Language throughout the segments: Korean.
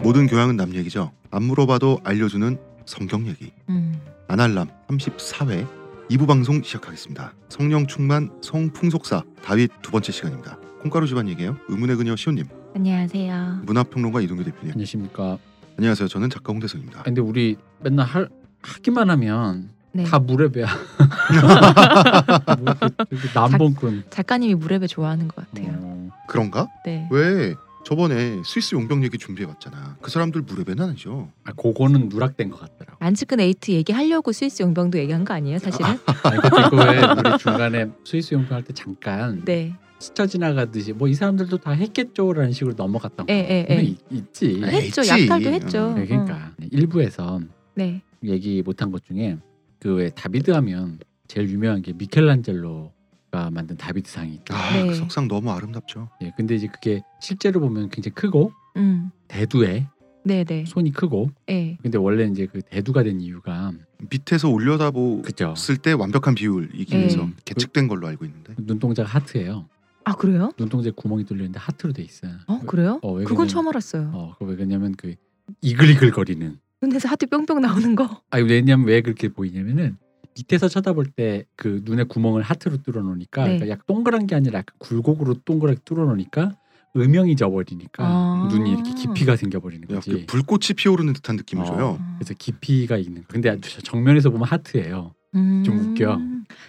모든 교양은 남 얘기죠. 안 물어봐도 알려주는 성경 얘기. 음. 아날람 34회 2부 방송 시작하겠습니다. 성령 충만 성풍속사 다윗 두 번째 시간입니다. 콩가루 집안 얘기예요. 의문의 그녀 시호님, 안녕하세요. 문화평론가 이동규 대표님. 안녕하십니까. 아, 안녕하세요. 저는 작가 홍대성입니다. 근데 우리 맨날 할, 하기만 하면 네. 다 무렵이야. 뭐 이렇게 되게 남봉꾼. 작가님이 무렵에 좋아하는 것 같아요. 어, 그런가? 네. 왜 저번에 스위스 용병 얘기 준비해봤잖아. 그 사람들 무렵에는 아니죠. 아, 그거는 누락된 것 같더라고. 안치근 에이트 얘기하려고 스위스 용병도 얘기한 거 아니에요, 사실은? 아니, 그때 그왜 우리 중간에 스위스 용병할 때 잠깐 네. 스쳐 지나가듯이 뭐 이 사람들도 다 했겠죠라는 식으로 넘어갔던 거. 예, 예, 분명히 예. 있- 있지. 예. 했죠. 있지. 약탈도 했죠. 어, 아, 네, 그러니까 일부에서 어, 네. 얘기 못한 것 중에 그 왜 다비드 하면 제일 유명한 게 미켈란젤로가 만든 다비드상이 있죠. 아, 네. 그 석상 너무 아름답죠. 예, 근데 이제 그게 실제로 보면 굉장히 크고 음. 대두에 네, 네. 손이 크고 예. 근데 원래 이제 그 대두가 된 이유가 밑에서 올려다보았을 그죠 때 완벽한 비율이기 네. 위해서 계측된 걸로 알고 있는데 눈동자가 하트예요 아, 그래요? 눈동자 구멍이 뚫려 있는데 하트로 돼 있어 어, 그래요? 어, 왜 그건 그러냐면- 처음 알았어요. 어 그거 왜 그러냐면 그 이글이글 거리는 눈에서 하트 뿅뿅 나오는 거. 아 왜냐면 왜 그렇게 보이냐면은 밑에서 쳐다볼 때 그 눈의 구멍을 하트로 뚫어 놓으니까 네. 그러니까 약간 동그란 게 아니라 약간 굴곡으로 동그랗게 뚫어 놓으니까 음영이 져버리니까 아. 네. 눈이 이렇게 깊이가 생겨버리는 야, 거지 그 불꽃이 피오르는 듯한 느낌을 어. 줘요. 그래서 깊이가 있는 거 근데 정면에서 보면 하트예요 음. 좀 웃겨.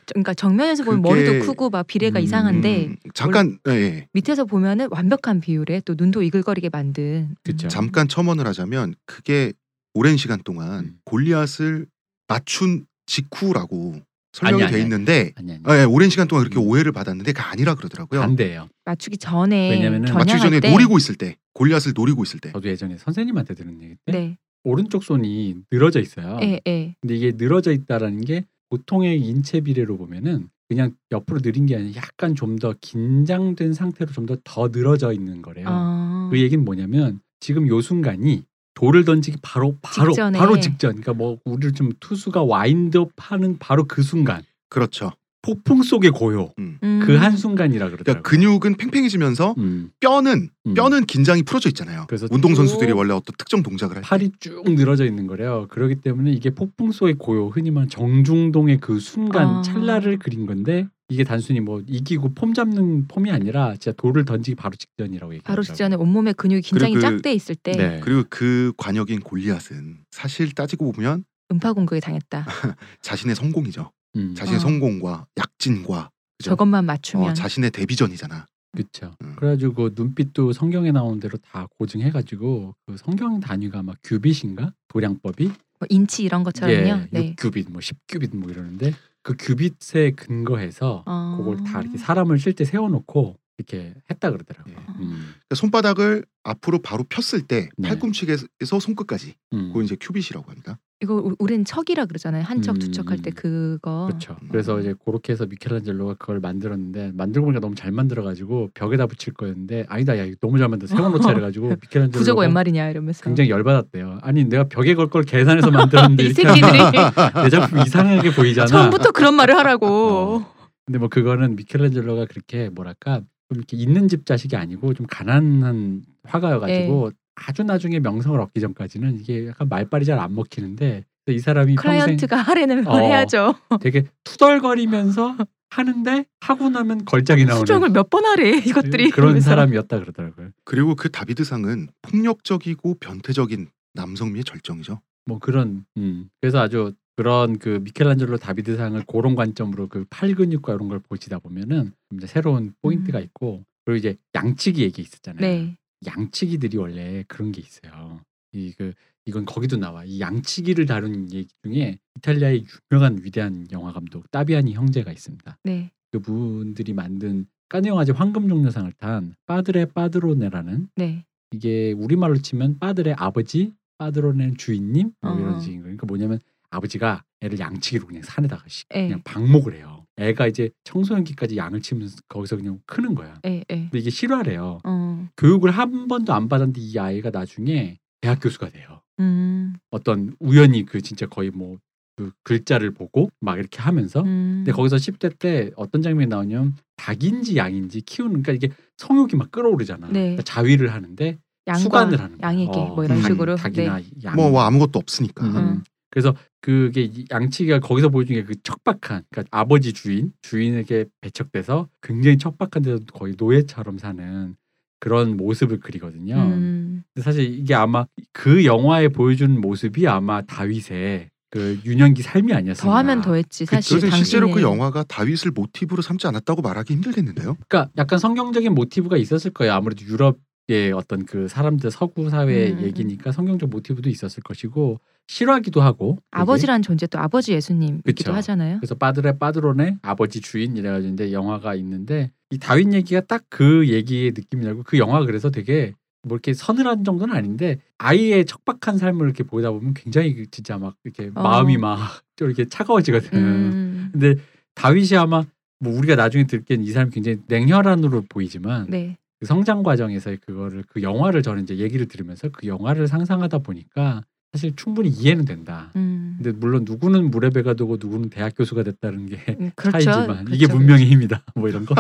저- 그러니까 정면에서 보면 그게- 머리도 크고 막 비례가 음. 이상한데 음, 잠깐 예, 예. 네. 밑에서 보면은 완벽한 비율에 또 눈도 이글거리게 만든. 그쵸. 음. 잠깐 첨언을 하자면 그게 오랜 시간 동안 음. 골리앗을 맞춘 직후라고 설명이 아니, 아니, 돼 아니. 있는데 아니 아니 예, 예, 오랜 시간 동안 그렇게 음. 오해를 받았는데 그게 아니라 그러더라고요. 반대예요 맞추기 전에 왜냐면은 겨냥할 맞추기 전에 때 노리고 있을 때 골리앗을 노리고 있을 때 저도 예전에 선생님한테 들은 얘기인데 네. 오른쪽 손이 늘어져 있어요. 예, 예. 근데 이게 늘어져 있다라는 게 보통의 인체 비례로 보면은 그냥 옆으로 느린 게 아니라 약간 좀 더 긴장된 상태로 좀 더 더 늘어져 있는 거래요. 아. 그 얘기는 뭐냐면 지금 요 순간이 돌을 던지기 바로 바로 직전에. 바로 직전. 그러니까 뭐 우리를 좀 투수가 와인드업 하는 바로 그 순간. 그렇죠. 폭풍 속의 고요. 음. 그 한 순간이라 그러더라고요. 그러니까 근육은 팽팽해지면서 음, 뼈는 음. 뼈는 긴장이 풀어져 있잖아요. 그래서 운동 선수들이 쭉 원래 어떤 특정 동작을 할 때. 팔이 쭉 늘어져 있는 거래요. 그렇기 때문에 이게 폭풍 속의 고요, 흔히 말하는 정중동의 그 순간 아. 찰나를 그린 건데 이게 단순히 뭐 이기고 폼 잡는 폼이 아니라 진짜 돌을 던지기 바로 직전이라고 얘기해요. 바로 직전에 온몸에 근육이 긴장이 그리고 그- 쫙 돼 있을 때 네. 그리고 그 관역인 골리앗은 사실 따지고 보면 음파 공격에 당했다. 자신의 자신의 성공이죠. 음, 자신의 어. 성공과 약진과 그죠? 저것만 어, 맞추면 자신의 데뷔전이잖아. 그렇죠. 음. 그래가지고 눈빛도 성경에 나오는 대로 다 고증해가지고 그 성경 단위가 막 규빗인가 도량법이 뭐 인치 이런 것처럼요. 예, 네. 6규빗, 뭐 10규빗 뭐 이러는데 그 규빗에 근거해서 어. 그걸 다 이렇게 사람을 실제 세워놓고 이렇게 했다 그러더라고요. 네. 예. 음, 그러니까 손바닥을 앞으로 바로 폈을 때 네. 팔꿈치에서 손끝까지 음. 그거 이제 큐빗이라고 합니다. 이거 우- 우린 척이라 그러잖아요. 한 척, 두 음. 척 할 때 그거. 그렇죠. 그래서 이제 그렇게 해서 미켈란젤로가 그걸 만들었는데 만들고 보니까 너무 잘 만들어가지고 벽에다 붙일 거였는데 아니다 야 이거 너무 잘 만들어 세워놓자 이래가지고 부저가 웬 미켈란젤로가 말이냐 이러면서. 굉장히 열받았대요. 아니 내가 벽에 걸 걸 계산해서 만들었는데 어, 이 이렇게 새끼들이 하면 내 작품 이상하게 보이잖아. 처음부터 그런 말을 하라고. 근데 뭐 그거는 미켈란젤로가 그렇게 뭐랄까 좀 이렇게 있는 집 자식이 아니고 좀 가난한 예. 화가여가지고 아주 나중에 명성을 얻기 전까지는 이게 약간 말빨이 잘 안 먹히는데 그래서 이 사람이 평생 클라이언트가 하라는 말 어. 해야죠. 되게 투덜거리면서 하는데 하고 나면 걸작이 나오는 수정을 몇 번 하래 이것들이. 그런 이러면서. 사람이었다 그러더라고요. 그리고 그 다비드상은 폭력적이고 변태적인 남성미의 절정이죠. 뭐 그런 음. 그래서 아주 그런 그 미켈란젤로 다비드상을 그런 관점으로 그 팔 근육과 이런 걸 보시다 보면은 이제 새로운 포인트가 음. 있고 그리고 이제 양치기 얘기 있었잖아요. 네. 양치기들이 원래 그런 게 있어요. 이 그 이건 거기도 나와. 이 양치기를 다룬 얘기 중에 이탈리아의 유명한 위대한 영화 감독 따비아니 형제가 있습니다. 네. 그분들이 만든 까네 영화제 황금종려상을 탄 빠드레 빠드로네라는 네. 이게 우리말로 치면 빠들의 아버지, 빠드로는 주인님 뭐 어. 이런 식인 거예요. 그러니까 뭐냐면 아버지가 애를 양치기로 그냥 산에다가 씨- 예. 그냥 방목을 해요. 애가 이제 청소년기까지 양을 치면서 거기서 그냥 크는 거야. 예. 예. 근데 이게 실화래요. 어. 교육을 한 번도 안 받았는데 이 아이가 나중에 대학 교수가 돼요. 음. 어떤 우연히 그 진짜 거의 뭐 그 글자를 보고 막 이렇게 하면서 음. 근데 거기서 10대 때 어떤 장면이 나오냐면 닭인지 양인지 키우는 그러니까 이게 성욕이 막 끌어오르잖아. 네. 그러니까 자위를 하는데 양과 수간을 하는 거예요. 양에게 어, 뭐 이런 닭, 식으로 닭이나 양. 뭐, 뭐 아무것도 없으니까. 음. 음. 그래서 그게 이 양치기가 거기서 보여준 게 그 척박한 그러니까 아버지 주인 주인에게 배척돼서 굉장히 척박한 데서 거의 노예처럼 사는 그런 모습을 그리거든요. 음. 근데 사실 이게 아마 그 영화에 보여준 모습이 아마 다윗의 그 유년기 삶이 아니었을까. 더하면 더했지 사실 그래서 실제로 그 당신의- 영화가 다윗을 모티브로 삼지 않았다고 말하기 힘들겠는데요. 그러니까 약간 성경적인 모티브가 있었을 거예요. 아무래도 유럽의 어떤 그 사람들 서구 사회 음, 음, 얘기니까 성경적 모티브도 있었을 것이고 싫어하기도 하고 되게. 아버지란 존재 또 아버지 예수님이기도 그쵸. 하잖아요. 그래서 빠드레 빠드론의 아버지 주인 이래가지고 이제 영화가 있는데 이 다윈 얘기가 딱 그 얘기의 느낌이 나고 그 영화가 그래서 되게 뭐 이렇게 서늘한 정도는 아닌데 아이의 척박한 삶을 이렇게 보다 보면 굉장히 그 진짜 막 이렇게 어. 마음이 막 좀 이렇게 차가워지거든. 음. 근데 다윗이 아마 뭐 우리가 나중에 듣기엔 이 사람이 굉장히 냉혈한으로 보이지만 네. 그 성장 과정에서 그거를 그 영화를 저는 이제 얘기를 들으면서 그 영화를 상상하다 보니까 사실 충분히 이해는 된다. 음. 근데 물론 누구는 물에 배가 되고 누구는 대학 교수가 됐다는 게 음, 그렇죠. 차이지만 이게 그렇죠. 문명의 힘이다. 뭐 이런 거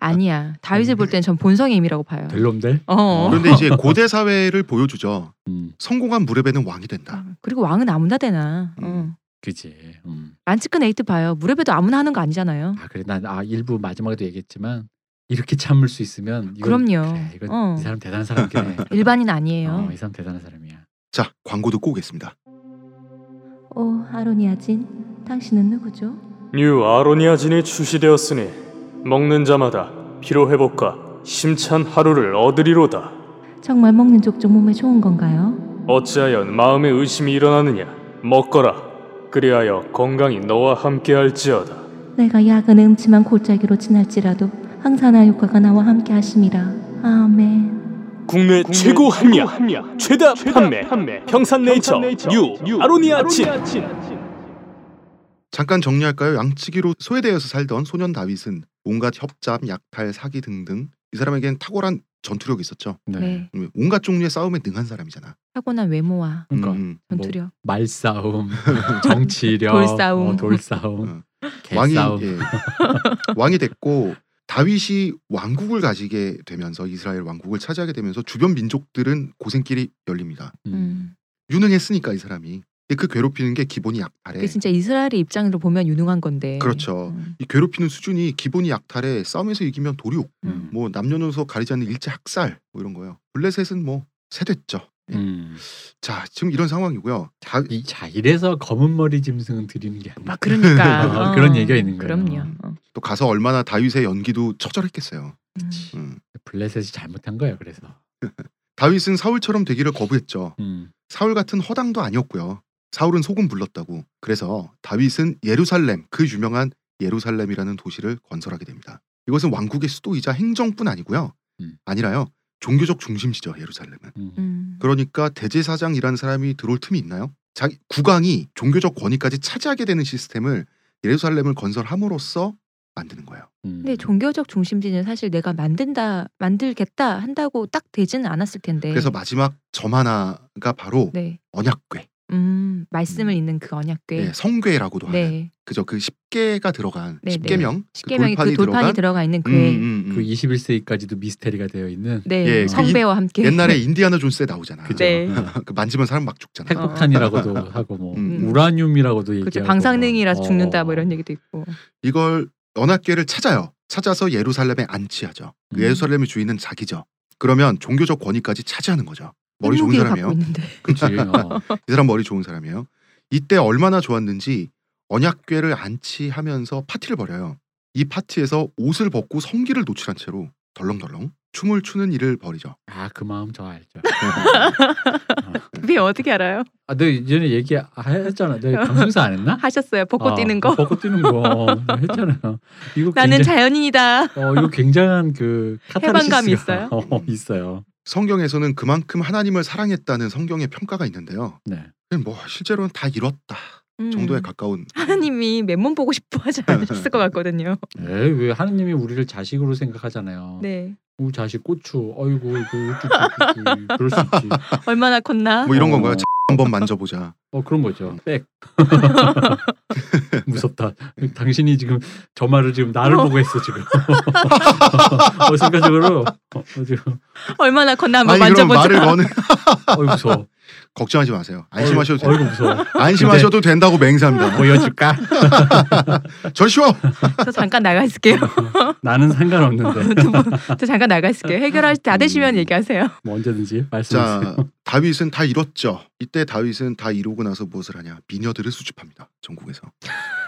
아니야. 다윗을 볼 때는 전 본성의 힘이라고 봐요. 될놈들. 어, 어. 그런데 이제 고대 사회를 보여주죠. 음, 성공한 무렵에는 왕이 된다. 그리고 왕은 아무나 되나. 음. 어. 그지. 음. 란치큰 에이트 봐요. 무렵에도 아무나 하는 거 아니잖아요. 아 그래 난 아 일부 마지막에도 얘기했지만 이렇게 참을 수 있으면 이건 그럼요. 그래, 이건 어. 이 사람 대단한 사람이네. 일반인 아니에요. 어, 이 사람 대단한 사람이야. 자, 광고 듣고 오겠습니다. 오 아로니아진 당신은 누구죠? 뉴 아로니아진이 출시되었으니 먹는 자마다 피로 회복과 심찬 하루를 얻으리로다. 정말 먹는 족족 몸에 좋은 건가요? 어찌하여 마음에 의심이 일어나느냐? 먹거라. 그리하여 건강이 너와 함께할지어다. 내가 약은 음침한 골짜기로 지날지라도 항산화 효과가 나와 함께 하심이라 아멘 국내, 최고 함량, 최다, 판매, 평산네이처, 뉴, 아로니아진. 잠깐 정리할까요? 양치기로 소외되어서 살던 소년 다윗은 온갖 협잡, 약탈, 사기 등등 이 사람에겐 탁월한 전투력이 있었죠. 음, 네. 네. 온갖 종류의 싸움에 능한 사람이잖아. 타고난 외모와 그러니까 음, 전투력. 말싸움, 정치력, 돌싸움. 어, 돌싸움, 왕이 개싸움. 예. 왕이 됐고 다윗이 왕국을 가지게 되면서 이스라엘 왕국을 차지하게 되면서 주변 민족들은 고생길이 열립니다. 음. 음. 유능했으니까 이 사람이. 근데 그 괴롭히는 게 기본이 약탈에 그게 진짜 이스라엘의 입장으로 보면 유능한 건데. 네. 그렇죠. 음. 이 괴롭히는 수준이 기본이 약탈에 싸움에서 이기면 도륙 음. 뭐 남녀노소 가리지 않는 일제 학살 뭐 이런 거요. 블레셋은 뭐 세됐죠. 음. 자 지금 이런 상황이고요. 다, 이, 자 이래서 검은 머리 짐승은 드리는 게 아니라 막 그러니까 어, 그런 얘기가 있는 거예요. 그럼요. 어. 또 가서 얼마나 다윗의 연기도 처절했겠어요. 음. 음. 블레셋이 잘못한 거예요. 그래서 다윗은 사울처럼 되기를 거부했죠. 음. 사울 같은 허당도 아니었고요. 사울은 속은 불렀다고. 그래서 다윗은 예루살렘 그 유명한 예루살렘이라는 도시를 건설하게 됩니다. 이것은 왕국의 수도이자 행정뿐 아니고요. 음. 아니라요. 종교적 중심지죠 예루살렘은. 음. 음. 그러니까 대제사장이라는 사람이 들어올 틈이 있나요? 자기 국왕이 종교적 권위까지 차지하게 되는 시스템을 예루살렘을 건설함으로써 만드는 거예요. 음. 근데 종교적 중심지는 사실 내가 만든다 만들겠다 한다고 딱 되지는 않았을 텐데. 그래서 마지막 점 하나가 바로 네. 언약궤, 음, 말씀을 음. 읽는 그 언약궤. 예, 성궤라고도 하는 네. 그죠 그 십계가 들어간 네, 십계명, 십계명의 그 돌판이, 들어간 들어가 있는 음, 궤. 음, 음. 그 21세기까지도 미스테리가 되어 있는 네. 예, 그 성배와 함께. 옛날에 인디아나 존스에 나오잖아. 그죠. 네. 그 만지면 사람 막 죽잖아. 핵폭- 핵폭탄이라고도 하고 뭐 음. 우라늄이라고도 얘기하고 어. 그렇죠. 방사능이라서 뭐. 죽는다 뭐 어. 이런 얘기도 있고. 이걸 언약궤를 찾아요. 찾아서 예루살렘에 안치하죠. 그 음. 예루살렘의 주인은 자기죠. 그러면 종교적 권위까지 차지하는 거죠. 머리 좋은 흥미를 사람이에요. 갖고 있는데. 그치. 어. 이 사람 머리 좋은 사람이에요. 이때 얼마나 좋았는지 언약궤를 안치하면서 파티를 벌여요. 이 파티에서 옷을 벗고 성기를 노출한 채로 덜렁덜렁 춤을 추는 일을 벌이죠. 아그 마음 저 알죠. 어. 네. 왜 어떻게 알아요? 아, 내가 이전에 얘기했잖아. 내가 방송사 안 했나? 하셨어요. 어. 벚꽃 아, 뛰는 거. 벗고 뛰는 거 어, 했잖아요. 이거 나는 굉장히- 자연인이다. 그 어, 이거 굉장한 그 해방감이 카타르시스가- 있어요? 어, 있어요. 성경에서는 그만큼 하나님을 사랑했다는 성경의 평가가 있는데요. 네. 그냥 뭐 실제로는 다 이뤘다 음. 정도에 가까운 네. 하나님이 맨몸 보고 싶어 하지 않으셨을 것 같거든요. 어. 에이, 왜 하느님이 우리를 자식으로 생각하잖아요. 네. 우리 자식 고추, 어이구, 이거 우쭈쭈쭈쭈 그럴 수 있지. 얼마나 컸나? 뭐 이런 건가요? 어. 한번 만져보자. 어 그런 거죠. 백. 무섭다. 당신이 지금 저 말을 지금 나를 보고 했어 지금. 어, 순간적으로 어, 어, 지금 얼마나 컸나 한번 아니 그럼 말을 뭐- 거는 만져보자. 어이 무서워. 걱정하지 마세요. 안심하셔도 돼요. 어이구 뭐 무서워. 안심하셔도 된다고 맹세합니다. 보여줄까? 저 쉬워. 저 잠깐 나가 있을게요. 나는 네. 상관없는데 저 뭐- 저 잠깐 나가 있을게요. 해결할 때 다 되시면 음. 얘기하세요. 뭐 언제든지 말씀하세요. 자, 다윗은 다 이뤘죠. 이때 다윗은 다 이루고 나서 무엇을 하냐? 미녀들을 수집합니다. 전국에서.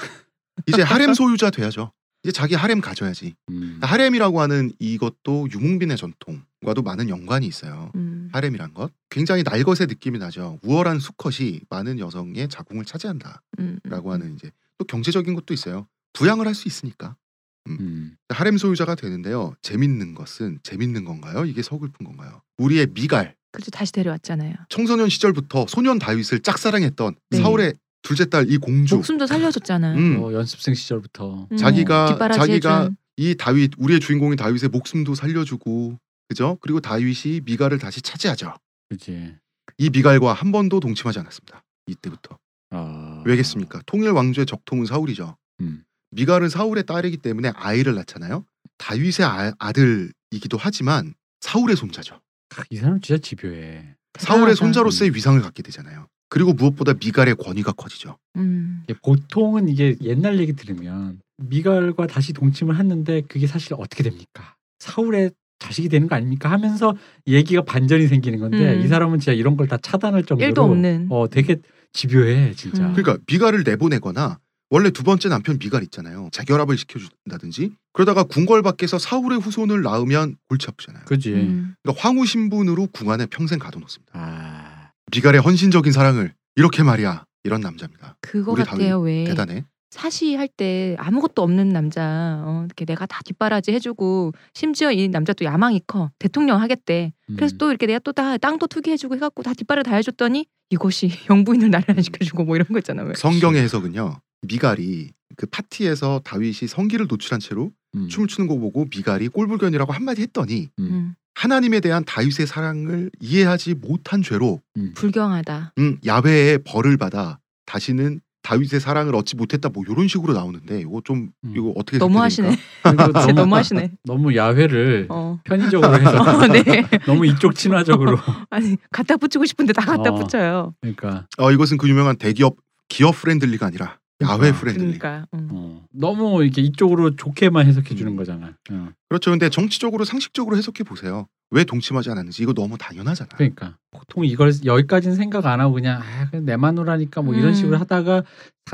이제 하렘 소유자 돼야죠. 이제 자기 하렘 가져야지. 그러니까 음. 하렘이라고 하는 이것도 유목민의 전통과도 많은 연관이 있어요. 음. 하렘이란 것 굉장히 날것의 느낌이 나죠. 우월한 수컷이 많은 여성의 자궁을 차지한다라고 음, 음. 하는 이제 또 경제적인 것도 있어요. 부양을 할 수 있으니까 그러니까 음. 하렘 소유자가 되는데요. 재밌는 것은 재밌는 건가요? 이게 서글픈 건가요? 우리의 미갈 그래서 다시 데려왔잖아요. 청소년 시절부터 소년 다윗을 짝사랑했던 네. 사울의 둘째 딸 이 공주 목숨도 살려줬잖아요. 음, 어, 연습생 시절부터 음. 자기가 뒷바라지 자기가 해준. 이 다윗 우리의 주인공인 다윗의 목숨도 살려주고 그죠? 그리고 다윗이 미갈을 다시 차지하죠. 그지. 이 미갈과 한 번도 동침하지 않았습니다. 이때부터. 어... 왜겠습니까? 통일 왕조의 적통은 사울이죠. 음. 미갈은 사울의 딸이기 때문에 아이를 낳잖아요. 다윗의 아, 들이기도 하지만 사울의 손자죠. 아, 이 사람 진짜 집요해. 사울의 대단하다. 손자로서의 위상을 갖게 되잖아요. 그리고 무엇보다 미갈의 권위가 커지죠. 음. 이게 보통은 이게 옛날 얘기 들으면 미갈과 다시 동침을 했는데 그게 사실 어떻게 됩니까? 사울의 자식이 되는 거 아닙니까? 하면서 얘기가 반전이 생기는 건데 음. 이 사람은 진짜 이런 걸 다 차단할 정도로 일도 없는. 어 되게 집요해 진짜. 음. 그러니까 미갈을 내보내거나 원래 두 번째 남편 미갈 있잖아요. 재결합을 시켜준다든지 그러다가 궁궐 밖에서 사울의 후손을 낳으면 골치 아프잖아요. 그지. 음. 그러니까 황후 신분으로 궁 안에 평생 가둬놓습니다. 아 미갈의 헌신적인 사랑을 이렇게 말이야 이런 남자입니다. 그거 우리 같아요. 네. 왜 대단해. 사시할 때 아무것도 없는 남자, 어, 이렇게 내가 다 뒷바라지 해주고 심지어 이 남자 또 야망이 커 대통령 하겠대. 그래서 음. 또 이렇게 내가 또 다 땅도 투기해주고 해갖고 다 뒷바라 다 해줬더니 이것이 영부인을 나란히 시켜주고 뭐 이런 거 있잖아 왜? 네. 성경의 해석은요. 미갈이 그 파티에서 다윗이 성기를 노출한 채로 음. 춤을 추는 거 보고 미갈이 꼴불견이라고 한마디 했더니 음, 하나님에 대한 다윗의 사랑을 이해하지 못한 죄로 음. 불경하다. 음, 야외에 벌을 받아 다시는 다윗의 사랑을 얻지 못했다 뭐 이런 식으로 나오는데 이거 좀 음. 이거 어떻게 너무 해석해야 하시네. 됩니까? 그리고 진짜 너무, 너무 하시네. 너무 야외를 어. 편의적으로 해서 네. 너무 이쪽 친화적으로 아니 갖다 붙이고 싶은데 다 갖다 어. 붙여요. 그러니까 어, 이것은 그 유명한 대기업 기업 프렌들리가 아니라 야외 그러니까. 프렌들리. 그 그러니까. 음. 어, 너무 이렇게 이쪽으로 좋게만 해석해 주는 음. 거잖아. 어. 그렇죠. 근데 정치적으로 상식적으로 해석해 보세요. 왜 동침하지 않았는지 이거 너무 당연하잖아요. 그러니까 보통 이걸 여기까지는 생각 안 하고 그냥 아, 그냥 내 마누라니까 뭐 이런 음. 식으로 하다가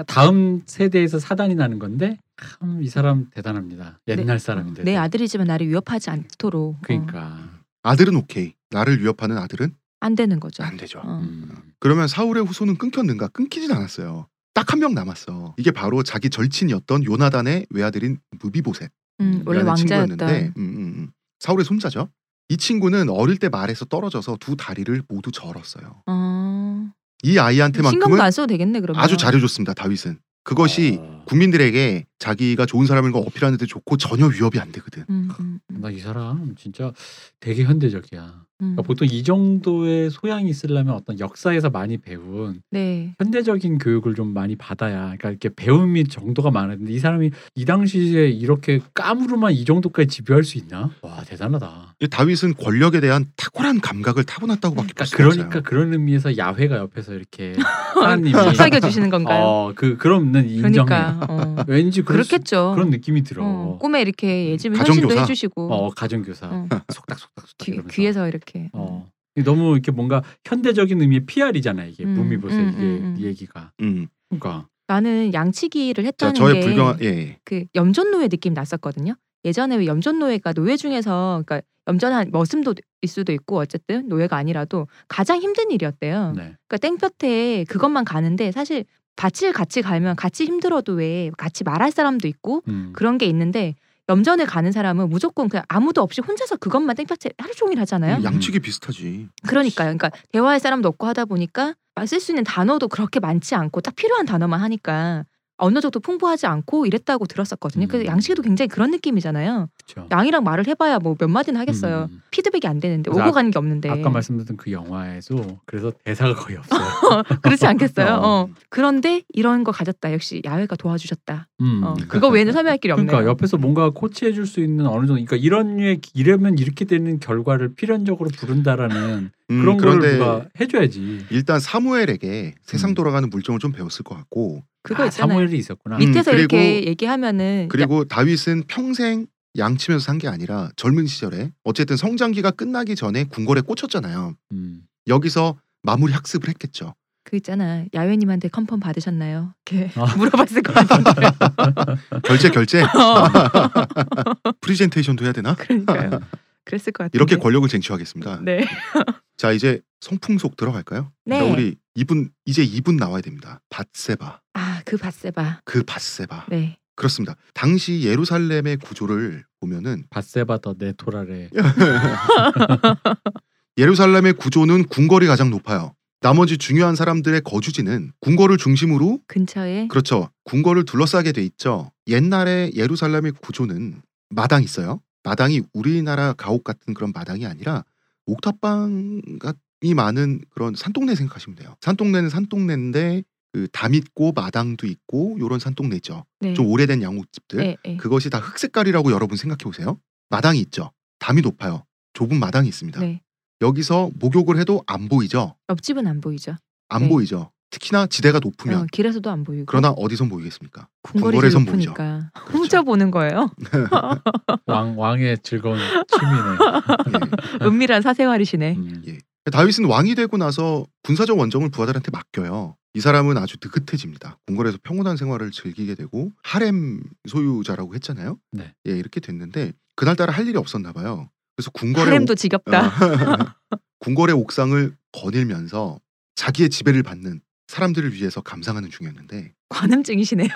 다, 음 세대에서 사단이 나는 건데 참이 사람 대단합니다. 옛날 사람인데. 내 네. 아들이지만 나를 위협하지 않도록 어, 그러니까. 아들은 오케이. 나를 위협하는 아들은 안 되는 거죠. 안 되죠. 어. 음. 그러면 사울의 후손은 끊겼는가? 끊기진 않았어요. 딱 한 명 남았어. 이게 바로 자기 절친이었던 요나단의 외아들인 무비보셋. 음, 원래 왕자였던. 친구였는데, 음, 음, 음. 사울의 손자죠. 이 친구는 어릴 때 말에서 떨어져서 두 다리를 모두 절었어요. 어. 이 신경도 아이한테만큼은 안 써도 되겠네 그러면. 아주 잘해줬습니다. 다윗은 그것이 아, 국민들에게 자기가 좋은 사람인 걸 어필하는데 좋고 전혀 위협이 안 되거든. 음, 음, 음, 나이 사람 진짜 되게 현대적이야. 음. 그러니까 보통 이 정도의 소양이 있으려면 어떤 역사에서 많이 배운 네. 현대적인 교육을 좀 많이 받아야 그러니까 이렇게 배움이 정도가 많아야 되는데 이 사람이 이 당시에 이렇게 까무로만 이 정도까지 지배할 수 있나? 와 대단하다. 이 다윗은 권력에 대한 탁월한 감각을 타고났다고밖에 그러니까 볼수 없어요. 그러니까 그런 의미에서 야훼가 옆에서 이렇게 하나님이 속삭여 주시는 건가요? 어그 그럼 는 인정해. 그러니까 어. 왠지 그럴 수- 그렇겠죠. 그런 느낌이 들어. 어, 꿈에 이렇게 예지면 가정교사. 현신도 해주시고 어 가정교사 어. 속닥속닥 속닥 귀, 이러면서. 귀에서 이렇게. 어. 너무 이렇게 뭔가 현대적인 의미의 PR이잖아 이게 음, 무미보세 음, 이게 음, 음. 얘기가. 음. 그러니까 나는 양치기를 자, 했다는 저의 게 불경 예, 예. 그 염전노예 느낌 났었거든요. 예전에 왜 염전노예가 노예 중에서 그러니까 염전한 머슴도 일 수도 있고 어쨌든 노예가 아니라도 가장 힘든 일이었대요. 네. 그러니까 땡볕에 그것만 가는데 사실 밭을 같이 가면 같이 힘들어도 왜 같이 말할 사람도 있고 음. 그런 게 있는데 염전을 가는 사람은 무조건 그냥 아무도 없이 혼자서 그것만 땡볕에 하루 종일 하잖아요. 음. 양측이 비슷하지. 그러니까요. 그러니까 대화할 사람도 없고 하다 보니까 쓸 수 있는 단어도 그렇게 많지 않고 딱 필요한 단어만 하니까 언어적도 풍부하지 않고 이랬다고 들었었거든요. 그래서 음. 양식에도 굉장히 그런 느낌이잖아요. 그렇죠. 양이랑 말을 해봐야 뭐 몇 마디는 하겠어요. 음. 피드백이 안 되는데 그래서 오고 아- 가는 게 없는데 아까 말씀드렸던 그 영화에도 그래서 대사가 거의 없어요. 그렇지 않겠어요. 어. 어. 그런데 이런 거 가졌다. 역시 야외가 도와주셨다. 음. 어. 그거 외에는 설명할 길이 없네요. 그러니까 옆에서 뭔가 코치해 줄 수 있는 어느 정도 그러니까 이런 류의 이러면 이렇게 되는 결과를 필연적으로 부른다라는 음, 그런 걸 그런데 누가 해줘야지. 일단 사무엘에게 세상 음. 돌아가는 물정을 좀 배웠을 것 같고 그거 아, 있잖아요. 사무엘이 있었구나. 음, 밑에서 그리고- 이렇게 얘기하면은 그리고 다윗은 평생 양치면서 산 게 아니라 젊은 시절에 어쨌든 성장기가 끝나기 전에 궁궐에 꽂혔잖아요. 음. 여기서 마무리 학습을 했겠죠. 그 있잖아 야외님한테 컨펌 받으셨나요? 이렇게 아. 물어봤을 것 같은데 결제 결제 어, 프리젠테이션도 해야 되나? 그러니까요. 그랬을 것 같은데 이렇게 권력을 쟁취하겠습니다. 네. 자 이제 성풍 속 들어갈까요? 네. 자, 우리 이분 이제 이분 나와야 됩니다. 밧세바 아그 바세바. 그 밧세바 네. 그렇습니다. 당시 예루살렘의 구조를 보면은 바세바 더 네토라레. 예루살렘의 구조는 궁궐이 가장 높아요. 나머지 중요한 사람들의 거주지는 궁궐을 중심으로 근처에 그렇죠. 궁궐을 둘러싸게 돼 있죠. 옛날에 예루살렘의 구조는 마당 있어요. 마당이 우리나라 가옥 같은 그런 마당이 아니라 옥탑방이 많은 그런 산동네 생각하시면 돼요. 산동네는 산동네인데 그 담 있고 마당도 있고 요런 산동네죠. 네. 좀 오래된 양옥집들. 예, 예. 그것이 다 흑색깔이라고 여러분 생각해 보세요. 마당이 있죠. 담이 높아요. 좁은 마당이 있습니다. 네. 여기서 목욕을 해도 안 보이죠. 옆집은 안 보이죠. 안 네. 보이죠. 특히나 지대가 높으면 어, 길에서도 안 보이고. 그러나 어디선 보이겠습니까? 궁궐이 궁궐에선 보이죠. 높으니까 그렇죠. 음, 훔쳐보는 거예요. 왕 왕의 즐거운 취미네. 예. 은밀한 사생활이시네. 음. 예. 다윗은 왕이 되고 나서 군사적 원정을 부하들한테 맡겨요. 이 사람은 아주 느긋해집니다. 궁궐에서 평온한 생활을 즐기게 되고 하렘 소유자라고 했잖아요. 네. 예, 이렇게 됐는데 그날따라 할 일이 없었나 봐요. 그래서 궁궐의 하렘도 지겹다. 어. 궁궐의 옥상을 거닐면서 자기의 지배를 받는 사람들을 위해서 감상하는 중이었는데 관음증이시네요.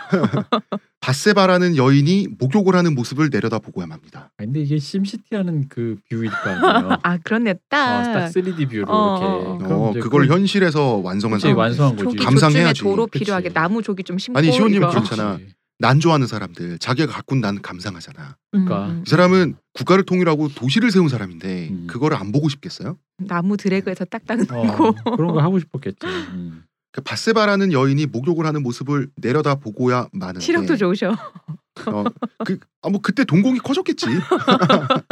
바세바라는 여인이 목욕을 하는 모습을 내려다보고야 맙니다. 아, 근데 이게 심시티하는 그 뷰일 거 아니에요. 어, 아 그렇네. 딱 딱. 3D 뷰로 어, 이렇게. 어, 어. 그럼 어, 이제 그걸 그- 현실에서 완성한 그치, 사람인데 완성한 거지. 조기 조쯤에 감상해야지. 도로 그치. 필요하게 나무 조기 좀 심고 아니, 시온님 이거. 그렇죠. 그렇잖아. 그렇지. 난조하는 사람들 자기가 가꾼 난 감상하잖아. 그러니까. 음, 이 사람은 국가를 통일하고 도시를 세운 사람인데 음. 그거를 안 보고 싶겠어요? 음. 나무 드래그에서 딱딱 네. 어, 놓고 그런 거 하고 싶었겠지. 음. 그 바세바라는 여인이 목욕을 하는 모습을 내려다보고야 마는데 시력도 좋으셔. 어, 그, 아, 뭐 그때 동공이 커졌겠지.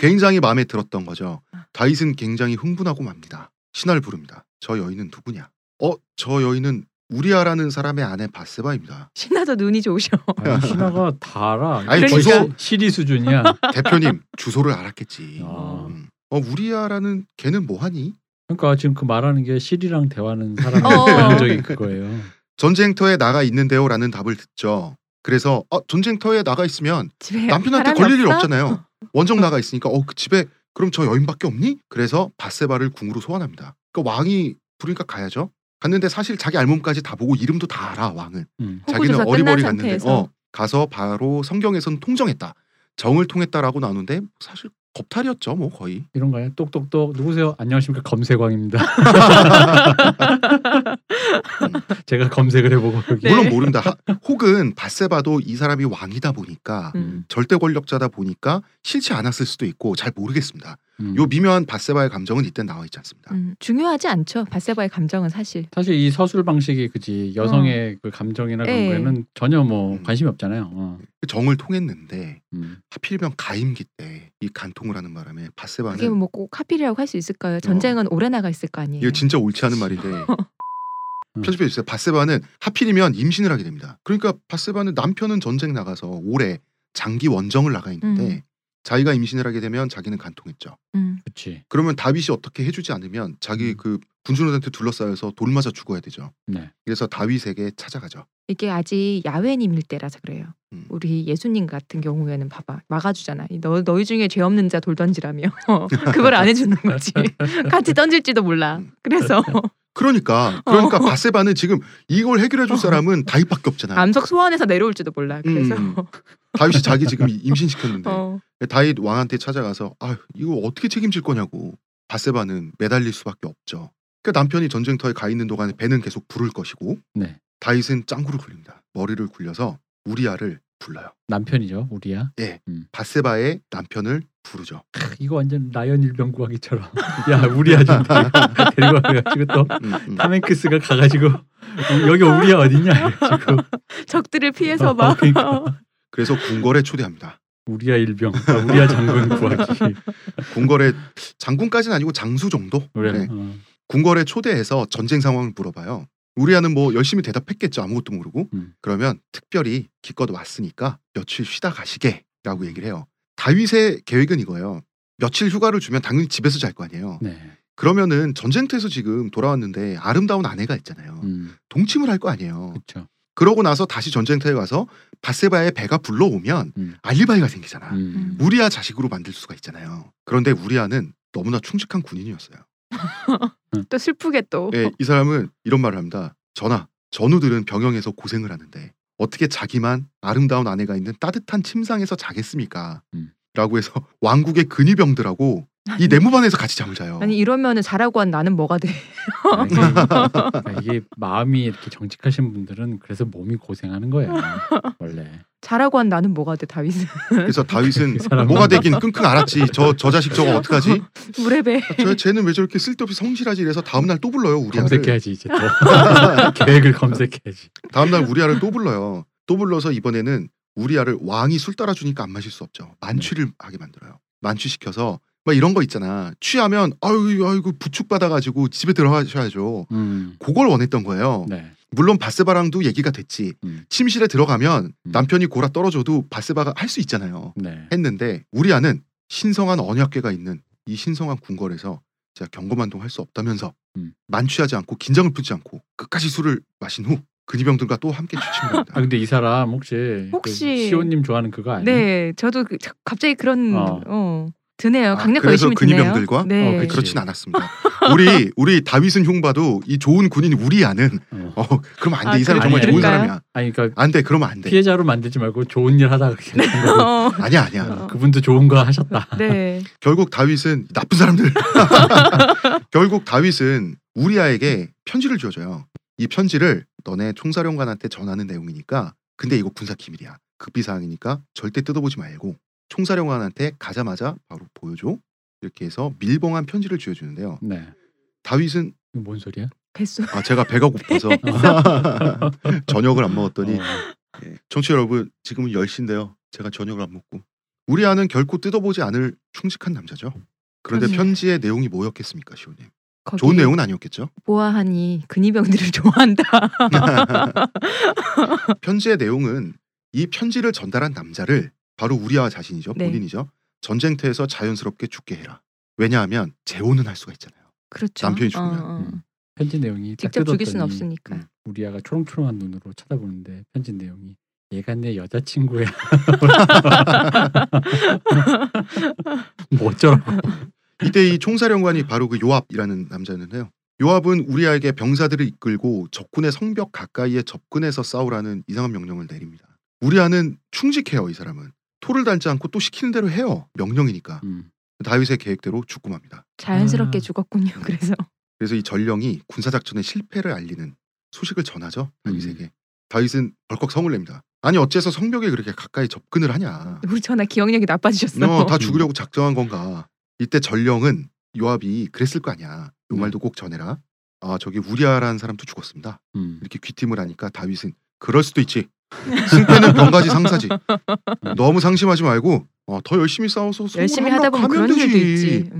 굉장히 마음에 들었던 거죠. 다윗은 굉장히 흥분하고 맙니다. 신하를 부릅니다. 저 여인은 누구냐? 어, 저 여인은 우리아라는 사람의 아내 바세바입니다. 신나서 눈이 좋으셔. 아니, 신화가 다 알아. 아니, 거의 주소- 시리 수준이야. 대표님 주소를 알았겠지. 아. 음. 어, 우리아라는 걔는 뭐하니? 그러니까 지금 그 말하는 게 시리랑 대화하는 사람의 어. 원적이 그거예요. 전쟁터에 나가 있는데요라는 답을 듣죠. 그래서 어, 전쟁터에 나가 있으면 집에 남편한테 사람이 걸릴 일 예, 없어? 없잖아요. 원정 나가 있으니까 어 그 집에 그럼 저 여인밖에 없니? 그래서 바세바를 궁으로 소환합니다. 그러니까 왕이 부르니까 가야죠. 갔는데 사실 자기 알몸까지 다 보고 이름도 다 알아 왕은. 음. 자기는 호구조사 끝난 어리버리 갔는데 상태에서. 어 가서 바로 성경에선 통정했다. 정을 통했다라고 나누는데 사실 겁탈이었죠 뭐 거의. 이런 거야. 똑똑똑 누구세요? 안녕하십니까 검색왕입니다. 제가 검색을 해보고 여기. 네. 물론 모른다. 하- 혹은 바세바도 이 사람이 왕이다 보니까 음. 절대 권력자다 보니까 싫지 않았을 수도 있고 잘 모르겠습니다. 음. 요 미묘한 바세바의 감정은 이때 나와 있지 않습니다. 음, 중요하지 않죠. 바세바의 감정은 사실. 사실 이 서술 방식이 그지 여성의 그 감정이나 그런 예. 거에는 전혀 뭐 음. 관심이 없잖아요. 어. 정을 통했는데 음. 하필이면 가임기 때 이 간통을 하는 바람에 그게 바세바는 뭐 꼭 하필이라고 할 수 있을까요? 전쟁은 오래 나가 있을 거 아니에요. 어. 이거 진짜 옳지 않은 말인데 편집해 주세요. 바세바는 하필이면 임신을 하게 됩니다. 그러니까 바세바는 남편은 전쟁 나가서 오래 장기 원정을 나가 있는데 음. 자기가 임신을 하게 되면 자기는 간통했죠. 음. 그렇지. 그러면 다윗이 어떻게 해주지 않으면 자기 음. 그 군주노한테 둘러싸여서 돌 맞아 죽어야 되죠. 네. 그래서 다윗에게 찾아가죠. 이게 아직 야외님일 때라서 그래요. 음. 우리 예수님 같은 경우에는 봐봐 막아주잖아. 이 너 너희 중에 죄 없는 자 돌 던지라며 그걸 안 해주는 거지. 같이 던질지도 몰라. 음. 그래서 그러니까 그러니까 어. 바세바는 지금 이걸 해결해 줄 사람은 다윗밖에 없잖아요. 암석 소원에서 내려올지도 몰라. 그래서 음. 다윗이 자기 지금 임신시켰는데 어, 다윗 왕한테 찾아가서 아 이거 어떻게 책임질 거냐고 바세바는 매달릴 수밖에 없죠. 그러니까 남편이 전쟁터에 가 있는 동안에 배는 계속 부를 것이고 네. 다윗은 짱구를 굴립니다. 머리를 굴려서 우리아를 불러요. 남편이죠 우리야. 바세바의 남편을 부르죠. 크, 이거 완전 라이언 일병 구하기처럼. 야 우리야 좀 데- 데리고 와가지고 또 음, 음. 타멘크스가 가가지고 여기 우리야 어딨냐 지금 네. 적들을 피해서 어, 막 그러니까. 그래서 궁궐에 초대합니다. 우리야 일병, 아, 우리야 장군 구하기. 궁궐에 장군까지는 아니고 장수 정도. 우리야. 네. 어, 궁궐에 초대해서 전쟁 상황을 물어봐요. 우리아는 뭐 열심히 대답했겠죠. 아무것도 모르고. 음. 그러면 특별히 기껏 왔으니까 며칠 쉬다 가시게라고 얘기를 해요. 다윗의 계획은 이거예요. 며칠 휴가를 주면 당연히 집에서 잘 거 아니에요. 네. 그러면은 전쟁터에서 지금 돌아왔는데 아름다운 아내가 있잖아요. 음, 동침을 할 거 아니에요. 그렇죠. 그러고 나서 다시 전쟁터에 가서 바세바의 배가 불러오면 음. 알리바이가 생기잖아. 음. 우리아 자식으로 만들 수가 있잖아요. 그런데 우리아는 너무나 충직한 군인이었어요. 또 슬프게 또 예, 이 사람은 이런 말을 합니다. 전하, 전우들은 병영에서 고생을 하는데 어떻게 자기만 아름다운 아내가 있는 따뜻한 침상에서 자겠습니까? 음. 라고 해서 왕국의 근위병들하고 이 네모반에서 같이 잠을 자요. 아니 이러면은 잘하고 한 나는 뭐가 돼? 아, 이게, 그러니까 이게 마음이 이렇게 정직하신 분들은 그래서 몸이 고생하는 거예요. 원래. 잘하고 한 나는 뭐가 돼? 다윗은 그래서 다윗은 그 사람은- 뭐가 되긴 끙끙 앓았지. 저, 저 자식 저거 어떡하지? 물에 배. 저, 쟤는 왜 저렇게 쓸데없이 성실하지? 이래서 다음날 또 불러요, 우리아를. 검색해야지 이제 또 계획을 검색해야지. 다음날 우리아를 또 불러요. 또 불러서 이번에는 우리아를 왕이 술 따라주니까 안 마실 수 없죠. 만취를 네. 하게 만들어요. 만취시켜서 막 이런 거 있잖아. 취하면 아이고 아이고 부축 받아가지고 집에 들어가셔야죠. 음. 그걸 원했던 거예요. 네. 물론 바세바랑도 얘기가 됐지. 음. 침실에 들어가면 음. 남편이 골아 떨어져도 바세바가 할 수 있잖아요. 네. 했는데 우리아는 신성한 언약궤가 있는 이 신성한 궁궐에서 제가 경고만동 할 수 없다면서 음. 만취하지 않고 긴장을 풀지 않고 끝까지 술을 마신 후 근위병들과 또 함께 취침을 합니다. 아 근데 이 사람 혹시, 혹시- 그 시온님 좋아하는 그거 아니에요? 네, 저도 그- 자- 갑자기 그런 어. 어. 드네요. 예. 아, 강력한 그래서 의심이 드네요. 근위병들과? 네. 어, 그렇죠. 그렇진 않았습니다. 우리 우리 다윗은 흉봐도 이 좋은 군인 우리야는 어. 어 그럼 안 돼. 아, 이 사람 정말 그래- 아니, 좋은 그럴까요? 사람이야. 아니 그러니까 안 돼. 그러면 안 돼. 피해자로 만들지 말고 좋은 일 하다가 그렇게 한 거고. 어, 아니야 아니야. 어, 그분도 좋은 거 하셨다. 네. 결국 다윗은 나쁜 사람들. 결국 다윗은 우리아에게 편지를 줘줘요. 이 편지를 너네 총사령관한테 전하는 내용이니까 근데 이거 군사 기밀이야. 극비 사항이니까 절대 뜯어보지 말고 총사령관한테 가자마자 바로 보여줘. 이렇게 해서 밀봉한 편지를 쥐어주는데요. 네. 다윗은 이거 뭔 소리야? 뱃속. 아 제가 배가 고파서 저녁을 안 먹었더니 어. 예. 청취자 여러분 지금은 10시인데요. 제가 저녁을 안 먹고 우리 아는 결코 뜯어보지 않을 충직한 남자죠. 그런데 그렇습니다. 편지의 내용이 뭐였겠습니까, 시호님? 거기 좋은 내용은 아니었겠죠. 보아하니 근위병들을 좋아한다. 편지의 내용은 이 편지를 전달한 남자를 바로 우리아 자신이죠, 네. 본인이죠. 전쟁터에서 자연스럽게 죽게 해라. 왜냐하면 재혼은 할 수가 있잖아요. 그렇죠. 남편이 죽으면. 어, 어. 음. 편지 내용이 딱 직접 죽일 순 뜯었더니 없으니까. 음. 우리아가 초롱초롱한 눈으로 쳐다보는데 편지 내용이 얘가 내 여자친구야. 뭐 어쩌라고. 이때 이 총사령관이 바로 그 요압이라는 남자였는데요. 요압은 우리아에게 병사들을 이끌고 적군의 성벽 가까이에 접근해서 싸우라는 이상한 명령을 내립니다. 우리아는 충직해요, 이 사람은. 토를 달지 않고 또 시키는 대로 해요. 명령이니까. 음. 다윗의 계획대로 죽고 맙니다. 자연스럽게 아. 죽었군요. 그래서 그래서 이 전령이 군사작전의 실패를 알리는 소식을 전하죠, 다윗에게. 다윗은 벌컥 성을 냅니다. 아니, 어째서 성벽에 그렇게 가까이 접근을 하냐. 우리 전화 기억력이 나빠지셨어. 너 다 죽으려고 작정한 건가? 이때 전령은 요압이 그랬을 거 아니야. 요 네. 음. 말도 꼭 전해라. 아 저기 우리아라는 사람도 죽었습니다. 음. 이렇게 귀띔을 하니까 다윗은 그럴 수도 있지. 승패는 병가지 상사지. 너무 상심하지 말고 어, 더 열심히 싸워서 성공을 열심히 하려고 하다 보면 하면 그런 일도 되지. 있지. 음.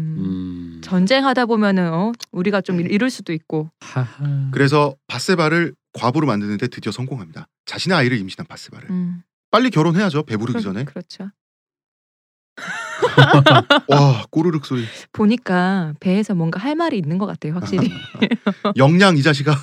음. 전쟁하다 보면은 어, 우리가 네. 좀 이- 이럴 수도 있고. 하하. 그래서 바세바를 과부로 만드는데 드디어 성공합니다. 자신의 아이를 임신한 바세바를 음. 빨리 결혼해야죠. 배부르기 그러- 네. 전에 그렇죠. 와 꼬르륵 소리. 보니까 배에서 뭔가 할 말이 있는 것 같아요, 확실히. 영양 이 자식아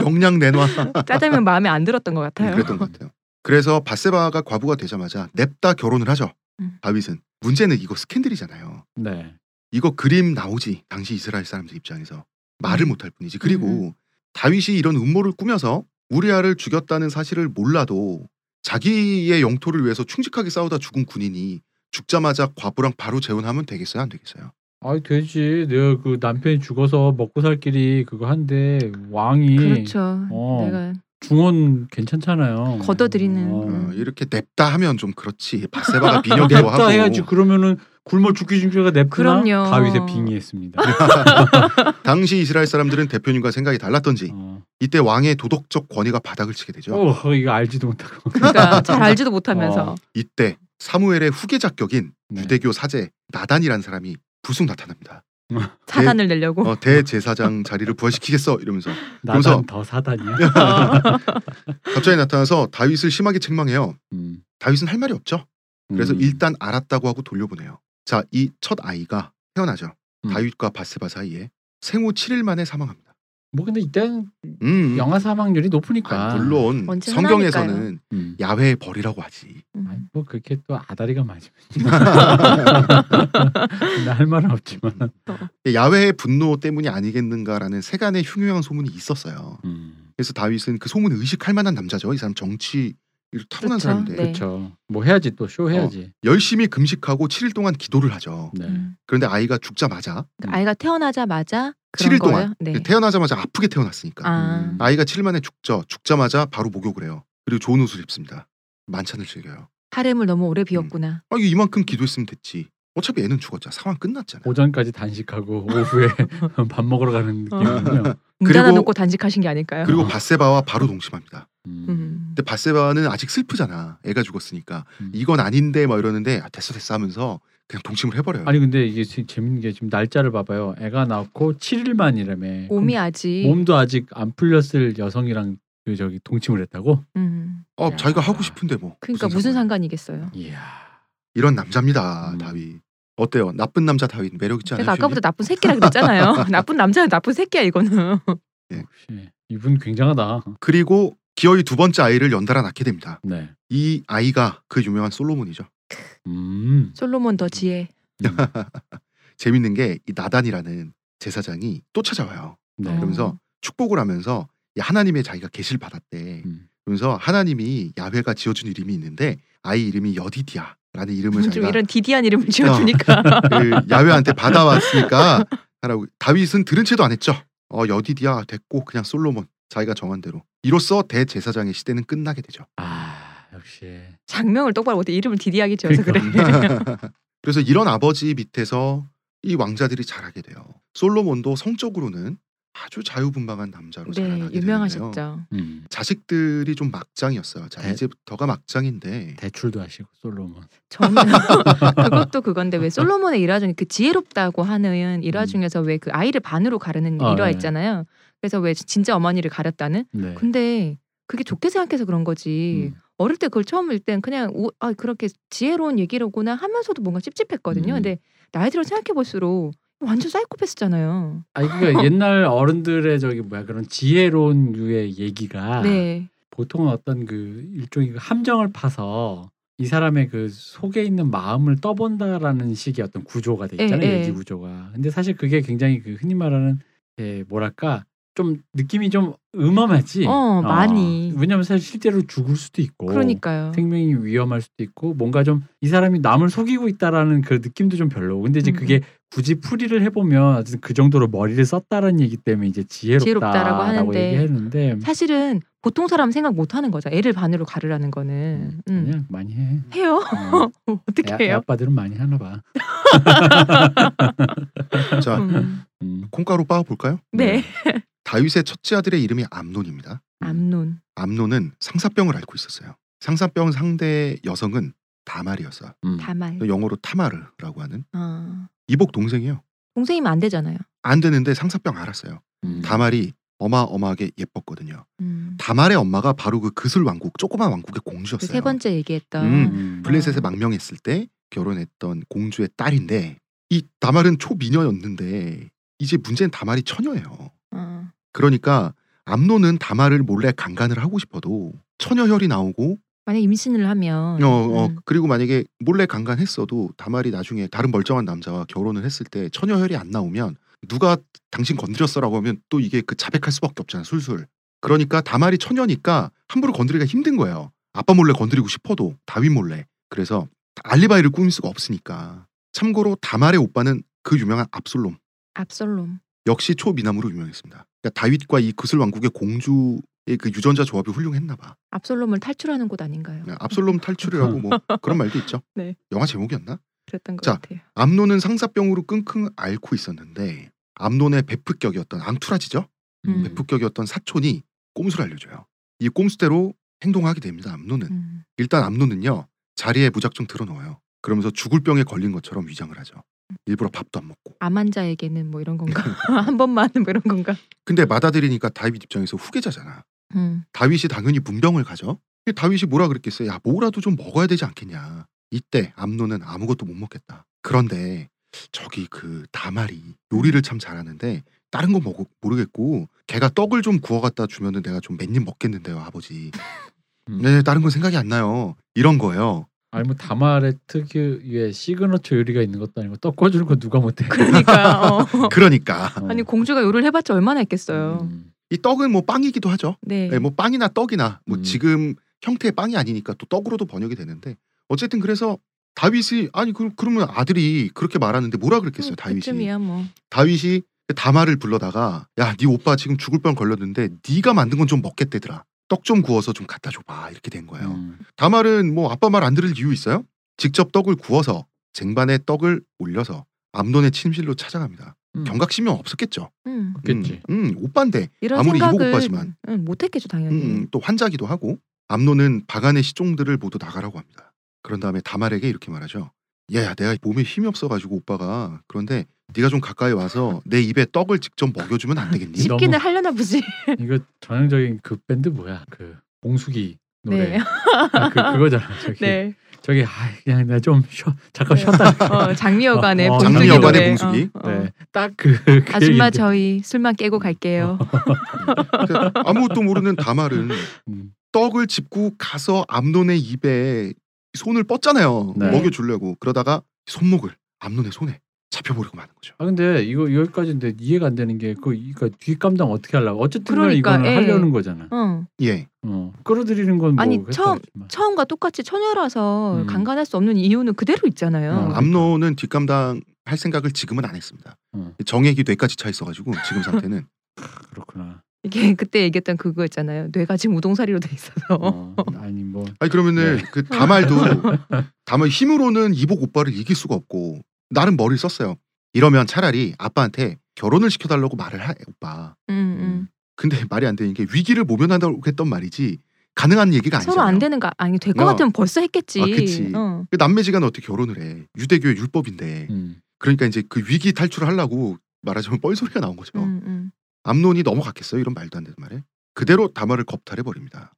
영양 내놔. 짜장면 마음에 안 들었던 것 같아요. 네, 그랬던 것 같아요. 그래서 바세바가 과부가 되자마자 냅다 결혼을 하죠. 음. 다윗은 문제는 이거 스캔들이잖아요. 네. 이거 그림 나오지 당시 이스라엘 사람들 입장에서 말을 음. 못할 뿐이지. 그리고 다윗이 이런 음모를 꾸며서 우리아를 죽였다는 사실을 몰라도 자기의 영토를 위해서 충직하게 싸우다 죽은 군인이 죽자마자 과부랑 바로 재혼하면 되겠어요? 안 되겠어요? 아이 되지. 내가 그 남편이 죽어서 먹고 살 길이 그거 한데 왕이 그렇죠. 어. 내가 중원 괜찮잖아요. 걷어들이는. 음. 어, 어, 이렇게 냅다 하면 좀 그렇지. 바세바가 미녀기도 냅다 하고 해야지. 그러면은 굶어 죽기 중에가 냅두나 그럼요. 가윗에 빙의했습니다. 당시 이스라엘 사람들은 대표님과 생각이 달랐던지 어, 이때 왕의 도덕적 권위가 바닥을 치게 되죠. 어, 이거 알지도 못하고. 그러니까 잘 알지도 못하면서 어. 이때 사무엘의 후계자 격인 네. 유대교 사제 나단이라는 사람이 불쑥 나타납니다. 사단을 내려고 어, 대제사장 자리를 부활시키겠어 이러면서 그래서- 나단 더 사단이야. 갑자기 나타나서 다윗을 심하게 책망해요. 음, 다윗은 할 말이 없죠. 그래서 음. 일단 알았다고 하고 돌려보내요. 자, 이 첫 아이가 태어나죠. 음. 다윗과 바스바 사이에 생후 7일 만에 사망합니다. 뭐 근데 이때는 음, 영아 아, 사망률이 높으니까. 물론 원체 성경에서는 음. 야외의 벌이라고 하지. 아니, 음. 뭐 그렇게 또 아다리가 맞으면 나할 말은 없지만 어. 야외의 분노 때문이 아니겠는가라는 세간의 흉흉한 소문이 있었어요. 음, 그래서 다윗은 그 소문을 의식할 만한 남자죠. 이 사람 정치 를 타고난 그렇죠. 사람인데 네. 그렇죠 뭐 해야지 또 쇼 해야지 열심히 금식하고 7일 동안 기도를 하죠. 네. 음. 그런데 아이가 죽자마자 그러니까 아이가 태어나자마자 그런 7일 거예요? 동안 네. 태어나자마자 아프게 태어났으니까 아. 음. 아이가 7일 만에 죽죠. 죽자마자 바로 목욕을 해요. 그리고 좋은 옷을 입습니다. 만찬을 즐겨요. 하렘을 너무 오래 비웠구나. 아 이거 이만큼 기도했으면 됐지. 어차피 애는 죽었잖아. 상황 끝났잖아. 어, 오전까지 단식하고 오후에 밥 먹으러 가는 느낌이군요 문 그리고- 닫아놓고 단식하신 게 아닐까요? 어. 그리고 네. 바세바와 바로 동심합니다. 음. 음. 근데 바세바는 아직 슬프잖아. 애가 죽었으니까 음. 이건 아닌데 막 이러는데 아, 됐어 됐어 하면서 그냥 동침을 해버려요. 아니 근데 이게 지- 재밌는 게 지금 날짜를 봐봐요 애가 낳고 7일만이라며 몸이 아직 몸도 아직 안 풀렸을 여성이랑 그 저기 동침을 했다고 음. 어, 야. 자기가 하고 싶은데 뭐. 그러니까 무슨, 상관이야. 상관이겠어요. 이야 이런 남자입니다. 음. 다윗. 어때요? 나쁜 남자 다윗 매력 있지 않아요? 제가 아까부터 나쁜 새끼라 그랬잖아요. 나쁜 남자야 나쁜 새끼야 이거는. 역시 예. 이분 굉장하다 그리고 기어이 두 번째 아이를 연달아 낳게 됩니다. 네 이 아이가 그 유명한 솔로몬이죠. 음. 솔로몬 더 지혜. 재밌는 게 이 나단이라는 제사장이 또 찾아와요. 네. 어. 그러면서 축복을 하면서 이 하나님의 자기가 계시를 받았대. 음. 그러면서 하나님이 야훼가 지어준 이름이 있는데 아이 이름이 여디디아라는 이름을 좀 자기가 이런 디디한 이름을 지어주니까 그 야훼한테 받아왔으니까 하라고 다윗은 들은 채도 안 했죠. 어 여디디아 됐고 그냥 솔로몬 자기가 정한 대로 이로써 대제사장의 시대는 끝나게 되죠. 아 역시 장명을 똑바로 못해 이름을 디디하게 지어서 그래. 그러니까. 그래서 이런 아버지 밑에서 이 왕자들이 자라게 돼요. 솔로몬도 성적으로는 아주 자유분방한 남자로 네 자라나게 되는데요. 유명하셨죠. 음. 자식들이 좀 막장이었어요. 자 네. 이제부터가 막장인데 대출도 하시고 솔로몬 저는 그것도 그건데 왜 솔로몬의 일화 중에 그 지혜롭다고 하는 일화 음. 중에서 왜 그 아이를 반으로 가르는 아, 일화 네. 있잖아요. 그래서 왜 진짜 어머니를 가렸다는? 네. 근데 그게 좋게 생각해서 그런 거지. 음. 어릴 때 그걸 처음 읽 땐 그냥 우- 아, 그렇게 지혜로운 얘기로구나 하면서도 뭔가 찝찝했거든요. 음. 근데 나이 들어 생각해 볼수록 완전 사이코패스잖아요. 아니 그러니까 옛날 어른들의 저기 뭐야 그런 지혜로운 류의 얘기가 네. 보통은 어떤 그 일종의 그 함정을 파서 이 사람의 그 속에 있는 마음을 떠본다라는 식의 어떤 구조가 돼 있잖아요 예, 예. 얘기 구조가 근데 사실 그게 굉장히 그 흔히 말하는 예, 뭐랄까 좀 느낌이 좀 음험하지 어, 많이. 아, 왜냐면 사실 실제로 죽을 수도 있고 그러니까요. 생명이 위험할 수도 있고 뭔가 좀 이 사람이 남을 속이고 있다라는 그 느낌도 좀 별로고 근데 이제 음. 그게 굳이 풀이를 해보면 어쨌든 그 정도로 머리를 썼다라는 얘기 때문에 이제 지혜롭다라고 지혜롭다라고 하는데 얘기했는데 사실은 보통 사람 생각 못 하는 거죠. 애를 반으로 가르라는 거는. 음. 그냥 많이 해 해요? 음. 어떻게 애, 애 해요? 아빠들은 많이 하나 봐 자 음. 음. 콩가루 빻아 볼까요? 네. 다윗의 첫째 아들의 이름이 암논입니다. 암논. 암논은 상사병을 앓고 있었어요. 상사병 상대 여성은 다말이었어. 음. 다말. 영어로 타마르라고 하는 어. 이복 동생이에요. 동생이면 안 되잖아요. 안 되는데 상사병 알았어요. 음. 다말이 어마어마하게 예뻤거든요. 음. 다말의 엄마가 바로 그 그슬 왕국, 조그만 왕국의 그 공주였어요. 세 번째 아. 얘기했던 음. 음. 블레셋에 망명했을 때 결혼했던 공주의 딸인데 이 다말은 초미녀였는데 이제 문제는 다말이 처녀예요. 어. 그러니까 암론은 다말을 몰래 강간을 하고 싶어도 처녀혈이 나오고 만약 임신을 하면 어, 어, 음. 그리고 만약에 몰래 강간했어도 다말이 나중에 다른 멀쩡한 남자와 결혼을 했을 때 처녀혈이 안 나오면 누가 당신 건드렸어라고 하면 또 이게 그 자백할 수밖에 없잖아 술술 그러니까 다말이 처녀니까 함부로 건드리기가 힘든 거예요 아빠 몰래 건드리고 싶어도 다윗 몰래 그래서 알리바이를 꾸밀 수가 없으니까 참고로 다말의 오빠는 그 유명한 압솔롬 압살롬 역시 초미남으로 유명했습니다 그러니까 다윗과 이 그슬 왕국의 공주의 이그 유전자 조합이 훌륭했나 봐. 압솔롬을 탈출하는 곳 아닌가요? 네, 압솔롬 탈출이라고 뭐 그런 말도 있죠. 네. 영화 제목이었나? 그랬던 것 자. 같아요. 암론은 상사병으로 끙끙 앓고 있었는데 암론의 베프격이었던 앙투라지죠. 음. 베프격이었던 사촌이 꼼수를 알려줘요. 이 꼼수대로 행동하게 됩니다. 암론은 음. 일단 암론은요 자리에 무작정 들어넣어요. 그러면서 죽을 병에 걸린 것처럼 위장을 하죠. 음. 일부러 밥도 안 먹고. 암 환자에게는 뭐 이런 건가? 한 번만은 뭐 이런 건가? 근데 받아들이니까 다윗 입장에서 후계자잖아. 음. 다윗이 당연히 문병을 가죠. 근데 다윗이 뭐라 그랬겠어요? 야 뭐라도 좀 먹어야 되지 않겠냐. 이때 암론은 아무것도 못 먹겠다. 그런데 저기 그 다말이 요리를 참 잘하는데 다른 거 먹어 모르겠고 걔가 떡을 좀 구워 갖다 주면은 내가 좀 몇 입 먹겠는데요 아버지. 음. 네 다른 건 생각이 안 나요. 이런 거예요. 아니 뭐 다말의 특유의 시그너처 요리가 있는 것도 아니고 떡 꺼주는 거 누가 못해. 그러니까 어. 그러니까 어. 아니 공주가 요리를 해봤자 얼마나 했겠어요. 음. 이 떡은 뭐 빵이기도 하죠. 네. 네, 뭐 빵이나 떡이나 뭐 음. 지금 형태의 빵이 아니니까 또 떡으로도 번역이 되는데 어쨌든 그래서 다윗이 아니 그, 그러면 아들이 그렇게 말하는데 뭐라 그랬겠어요 음, 다윗이 그쯤이야 뭐. 다윗이 다말을 불러다가 야 네 오빠 지금 죽을 병 걸렸는데 네가 만든 건 좀 먹겠대더라 떡 좀 구워서 좀 갖다 줘봐 이렇게 된 거예요 음. 다말은 뭐 아빠 말 안 들을 이유 있어요? 직접 떡을 구워서 쟁반에 떡을 올려서 암돈의 침실로 찾아갑니다 음. 경각심이 없었겠죠 음. 없겠지. 음, 음 오빠인데 이런 아무리 이복 생각을 오빠지만. 음, 못했겠죠 당연히. 음, 또 환자기도 하고 암론은 바간의 시종들을 모두 나가라고 합니다. 그런 다음에 다말에게 이렇게 말하죠. 얘야 내가 몸에 힘이 없어가지고 오빠가 그런데 네가 좀 가까이 와서 내 입에 떡을 직접 먹여주면 안 되겠니? 너무- 집기는 하려나 보지. 이거 전형적인 그 밴드 뭐야? 그 봉숙이 노래. 네. 아, 그 그거잖아. 저기 네. 저기 아 그냥 내가 좀 쉬어 잠깐 네. 쉬었다. 어, 장미여관의 어, 봉숙이 장미여관의 노래. 봉숙이. 어, 어. 네. 딱그 그 아줌마 얘기인데. 저희 술만 깨고 갈게요. 그러니까 아무것도 모르는 다말은 음. 떡을 짚고 가서 암론의 입에 손을 뻗잖아요. 네. 먹여주려고 그러다가 손목을 암론의 손에 잡혀버리고 마는 거죠. 아 근데 이거 여기까지인데 이해가 안 되는 게그 그러니까 뒷감당 어떻게 하려고 어쨌든 간에 그러니까, 이거는 예. 하려는 거잖아. 응. 예, 어. 끌어들이는 건 뭐 아니, 했다 처음- 하지만. 어. 처음과 똑같이 처녀라서 음. 강간할 수 없는 이유는 그대로 있잖아요. 음, 그러니까. 어. 암론은 뒷감당 할 생각을 지금은 안 했습니다. 어, 정액이 뇌까지 차 있어가지고 지금 상태는 그렇구나. 이게 그때 얘기했던 그거 있잖아요. 뇌가 지금 우동사리로 돼 있어서. 어, 아니 뭐 아니 그러면은 네. 그 다말도 다말 힘으로는 이복 오빠를 이길 수가 없고 나름 머리를 썼어요. 이러면 차라리 아빠한테 결혼을 시켜달라고 말을 해 오빠. 음, 근데 말이 안 되는 게 위기를 모면한다고 했던 말이지 가능한 얘기가 음. 아니잖아요. 서로 안 되는 거 아니 될 것 어. 같으면 벌써 했겠지. 아, 그치. 어. 그 남매지간 어떻게 결혼을 해? 유대교의 율법인데. 음. 그러니까 이제 그 위기 탈출을 하려고 말하자면 뻘소리가 나온 거죠. 음, 음. 암론이 넘어갔겠어요. 이런 말도 안 되는 말에. 그대로 다말을 겁탈해 버립니다.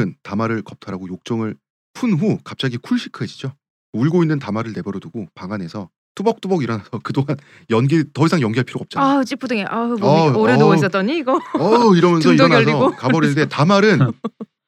암론은 다말을 겁탈하고 욕정을 푼 후 갑자기 쿨시크해지죠. 울고 있는 다말을 내버려 두고 방 안에서 투벅투벅 일어나서 그동안 연기 더 이상 연기할 필요가 없잖아. 아우 찌뿌둥해. 아우 몸이 어, 오래 어. 누워 있었더니 이거. 어 이러면서 등도 일어나서 열리고. 가버리는데 다말은